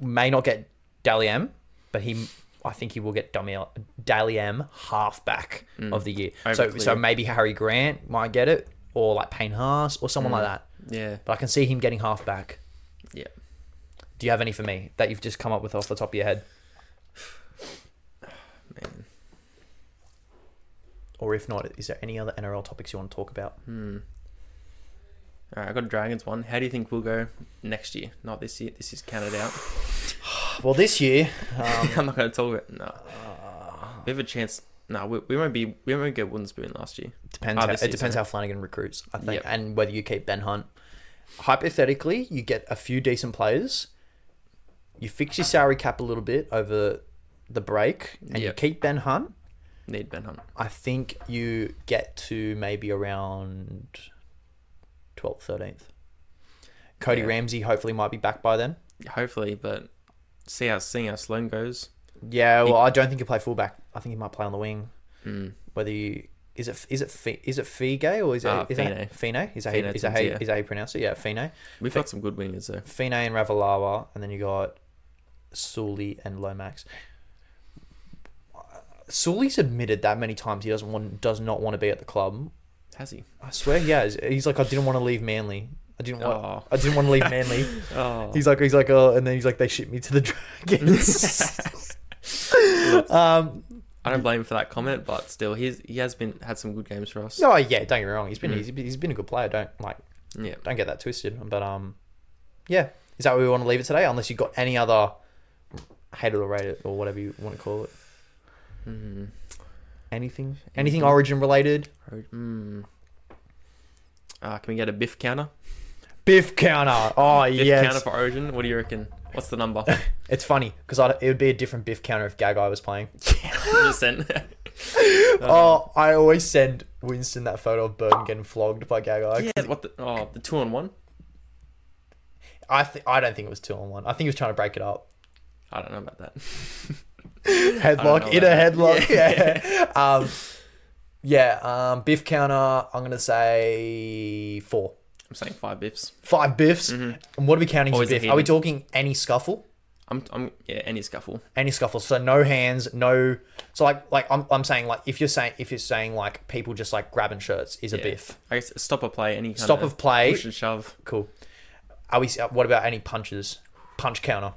Speaker 1: may not get Dally M, but he, I think he will get Dummy- Dally M halfback
Speaker 2: Mm.
Speaker 1: of the year.
Speaker 2: Over
Speaker 1: So,
Speaker 2: Cleary.
Speaker 1: so maybe Harry Grant might get it, or like Payne Haas, or someone like
Speaker 2: Mm.
Speaker 1: that.
Speaker 2: Yeah.
Speaker 1: But I can see him getting halfback.
Speaker 2: Yeah.
Speaker 1: Do you have any for me that you've just come up with off the top of your head?
Speaker 2: Man.
Speaker 1: Or if not, is there any other NRL topics you want to talk about?
Speaker 2: Hmm. All right, I got a Dragons one. How do you think we'll go next year? Not this year. This is counted out.
Speaker 1: Well, this year, um,
Speaker 2: I'm not going to talk about no. We have a chance. No, we, we won't be. We won't get wooden spoon last year.
Speaker 1: Depends.
Speaker 2: Oh,
Speaker 1: How,
Speaker 2: this
Speaker 1: it depends
Speaker 2: season.
Speaker 1: how Flanagan recruits, I think,
Speaker 2: Yep.
Speaker 1: and whether you keep Ben Hunt. Hypothetically, you get a few decent players. You fix your salary cap a little bit over the break, and you
Speaker 2: Yep.
Speaker 1: keep Ben Hunt.
Speaker 2: Need Ben Hunt.
Speaker 1: I think you get to maybe around 12th, 13th. Cody
Speaker 2: Yeah.
Speaker 1: Ramsey hopefully might be back by then.
Speaker 2: Hopefully, but see how seeing how Sloan goes.
Speaker 1: Yeah,
Speaker 2: He-
Speaker 1: well, I don't think he'll play fullback. I think he might play on the wing.
Speaker 2: Hmm.
Speaker 1: Whether you is it is it Fi- is it Fige or is it
Speaker 2: Ah,
Speaker 1: is that Fino? Is that
Speaker 2: Fino
Speaker 1: how, is that how,
Speaker 2: Tenzia.
Speaker 1: is that how you pronounce it? Yeah, Fino.
Speaker 2: We've got some good wingers though.
Speaker 1: Fine and Ravalawa, and then you got Sully and Lomax. Sully's admitted that many times he doesn't want, does not want to be at the club.
Speaker 2: Has he?
Speaker 1: I swear, yeah, he's- he's like, I didn't want to leave Manly. I didn't want,
Speaker 2: Oh,
Speaker 1: I didn't want to leave Manly.
Speaker 2: oh.
Speaker 1: He's like, he's like, oh, and then he's like, they shipped me to the Dragons. um,
Speaker 2: I don't blame him for that comment, but still, he's he has been had some good games for us.
Speaker 1: no, yeah, don't get me wrong, he's been,
Speaker 2: Mm.
Speaker 1: he's, he's been a good player. Don't like,
Speaker 2: Yeah.
Speaker 1: don't get that twisted. But um, yeah, is that where we want to leave it today? Unless you've got any other hate it or rate it or whatever you want to call it.
Speaker 2: Hmm.
Speaker 1: Anything? Anything
Speaker 2: Anything.
Speaker 1: origin related?
Speaker 2: Hmm. Uh, can we get a Biff counter?
Speaker 1: Biff counter. Oh
Speaker 2: Biff
Speaker 1: yeah,
Speaker 2: counter
Speaker 1: it's,
Speaker 2: for Origin. What do you reckon? What's the number?
Speaker 1: it's funny because it would be a different Biff counter if Gagai was playing.
Speaker 2: Just send. Um,
Speaker 1: Oh, I always send Winston that photo of Burton getting flogged by Gagai.
Speaker 2: yeah. What the? Oh, the two on one.
Speaker 1: I th- I don't think it was two on one. I think he was trying to break it up.
Speaker 2: I don't know about that.
Speaker 1: Headlock
Speaker 2: know
Speaker 1: in a
Speaker 2: about
Speaker 1: headlock. Yeah. um, yeah. Um, Biff counter. I'm gonna say four,
Speaker 2: I'm saying five biffs.
Speaker 1: five Biffs. And what are we counting as a
Speaker 2: Mm-hmm. Always a
Speaker 1: Biff? Are we
Speaker 2: hidden.
Speaker 1: talking any scuffle?
Speaker 2: I'm, I'm yeah, any scuffle.
Speaker 1: any scuffles. So no hands, no. So like, like I'm, I'm saying like if you're saying if you're saying like people just like grabbing shirts is a
Speaker 2: Yeah.
Speaker 1: biff.
Speaker 2: I guess stop a play, any kind
Speaker 1: Stop of play.
Speaker 2: push and shove.
Speaker 1: Cool. Are we? uh, What about any punches? Punch counter.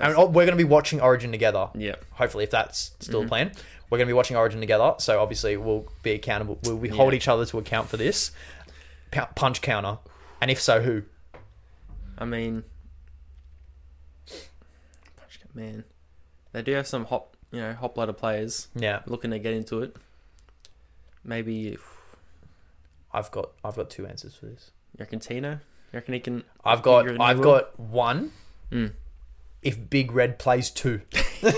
Speaker 1: And oh, we're going to be watching Origin together.
Speaker 2: Yeah,
Speaker 1: Hopefully, if that's
Speaker 2: Mm-hmm.
Speaker 1: still the plan, we're going to be watching Origin together. So obviously, we'll be accountable. We'll we hold
Speaker 2: Yeah.
Speaker 1: each other to account for this. P- punch counter, and if so, who?
Speaker 2: I mean, punch kick, man, they do have some hop, you know, hop loader players
Speaker 1: Yeah,
Speaker 2: looking to get into it. Maybe you
Speaker 1: I've got I've got two answers for this.
Speaker 2: reckon Tino? You reckon he can?
Speaker 1: I've got
Speaker 2: You're a new
Speaker 1: I've
Speaker 2: one?
Speaker 1: got one.
Speaker 2: Mm.
Speaker 1: If Big Red plays two.
Speaker 2: He'll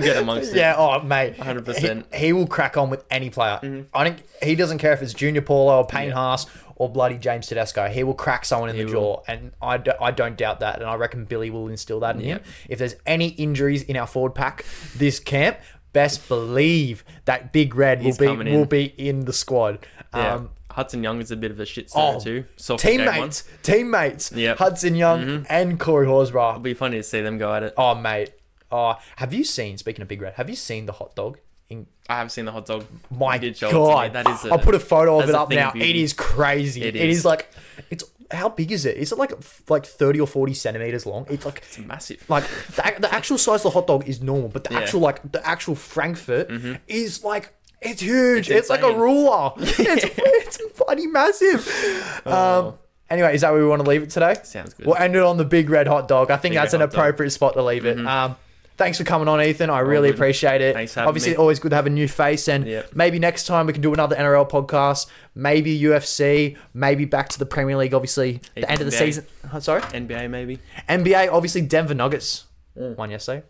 Speaker 2: get amongst
Speaker 1: Yeah, oh mate,
Speaker 2: 100%.
Speaker 1: He, he will crack on with any player. I think he doesn't care if it's Junior Paulo or Payne
Speaker 2: Mm-hmm. Yeah.
Speaker 1: Haas or bloody James Tedesco. He will crack someone in
Speaker 2: He
Speaker 1: the
Speaker 2: will.
Speaker 1: jaw, and I, do, I don't doubt that. And I reckon Billy will instill that in him.
Speaker 2: Yep.
Speaker 1: If there's any injuries in our forward pack this camp, best believe that Big Red
Speaker 2: He's
Speaker 1: will
Speaker 2: coming
Speaker 1: be
Speaker 2: in.
Speaker 1: will be in the squad.
Speaker 2: it. Yeah.
Speaker 1: Um,
Speaker 2: Hudson Young is a bit of a shit
Speaker 1: Oh,
Speaker 2: too. So
Speaker 1: teammates, teammates,
Speaker 2: Yep. Mm-hmm.
Speaker 1: Hudson Young and Corey Horsburgh.
Speaker 2: It'll be funny to see them go at it.
Speaker 1: Oh, mate. Oh, have you seen? Speaking of Big Red, have you seen the hot dog? In
Speaker 2: I have seen the hot dog.
Speaker 1: my
Speaker 2: You did show it to me.
Speaker 1: God,
Speaker 2: that is. A,
Speaker 1: I'll put a photo of
Speaker 2: that's
Speaker 1: it
Speaker 2: a
Speaker 1: up
Speaker 2: thing of
Speaker 1: now. It
Speaker 2: beauty.
Speaker 1: is crazy.
Speaker 2: It
Speaker 1: it
Speaker 2: is.
Speaker 1: is. like it's how big is it? Is it like f- like thirty or forty centimeters long? It's like
Speaker 2: It's massive.
Speaker 1: like the, ac- the actual size of the hot dog is normal, but the
Speaker 2: Yeah. Mm-hmm.
Speaker 1: actual like the actual Frankfurt is like it's huge. It's,
Speaker 2: It's
Speaker 1: like a
Speaker 2: insane.
Speaker 1: ruler. It's it's bloody massive. Um. Anyway, is that where we want to leave it today?
Speaker 2: Oh. Sounds good.
Speaker 1: We'll end it on the big red hot dog. I think
Speaker 2: Big
Speaker 1: that's
Speaker 2: red
Speaker 1: an
Speaker 2: hot dog. Mm-hmm.
Speaker 1: appropriate spot to leave it. Um, thanks for coming on, Ethan. I really
Speaker 2: good.
Speaker 1: appreciate it.
Speaker 2: Thanks for having
Speaker 1: Obviously,
Speaker 2: me.
Speaker 1: always good to have a new face, and
Speaker 2: Yep.
Speaker 1: maybe next time we can do another NRL podcast, maybe UFC, maybe back to the Premier League. Obviously, the
Speaker 2: Even
Speaker 1: end of the
Speaker 2: NBA.
Speaker 1: season. Huh, Sorry,
Speaker 2: NBA maybe.
Speaker 1: NBA. Obviously, Denver Nuggets won yesterday.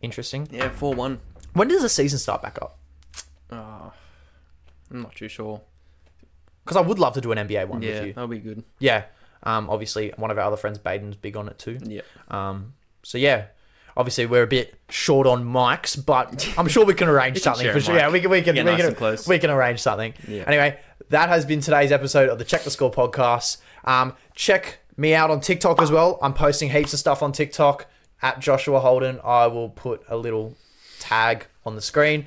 Speaker 1: Interesting.
Speaker 2: Yeah, four one.
Speaker 1: When does the season start back up?
Speaker 2: Oh, I'm not too sure.
Speaker 1: Because I would love to do an NBA one
Speaker 2: Yeah,
Speaker 1: with you.
Speaker 2: that'll be good.
Speaker 1: Yeah. Um, obviously, one of our other friends, Baden's big on it too.
Speaker 2: Yeah,
Speaker 1: Um, so yeah, obviously we're a bit short on mics, but I'm sure we can arrange
Speaker 2: We can
Speaker 1: something
Speaker 2: share
Speaker 1: for
Speaker 2: a
Speaker 1: sure.
Speaker 2: mic.
Speaker 1: Yeah, we can we can
Speaker 2: Get
Speaker 1: we,
Speaker 2: nice
Speaker 1: can,
Speaker 2: and close.
Speaker 1: we can arrange something.
Speaker 2: Yeah.
Speaker 1: Anyway, that has been today's episode of the Check the Score podcast. Um, check me out on TikTok as well. I'm posting heaps of stuff on TikTok at Joshua Holden. I will put a little tag on the screen.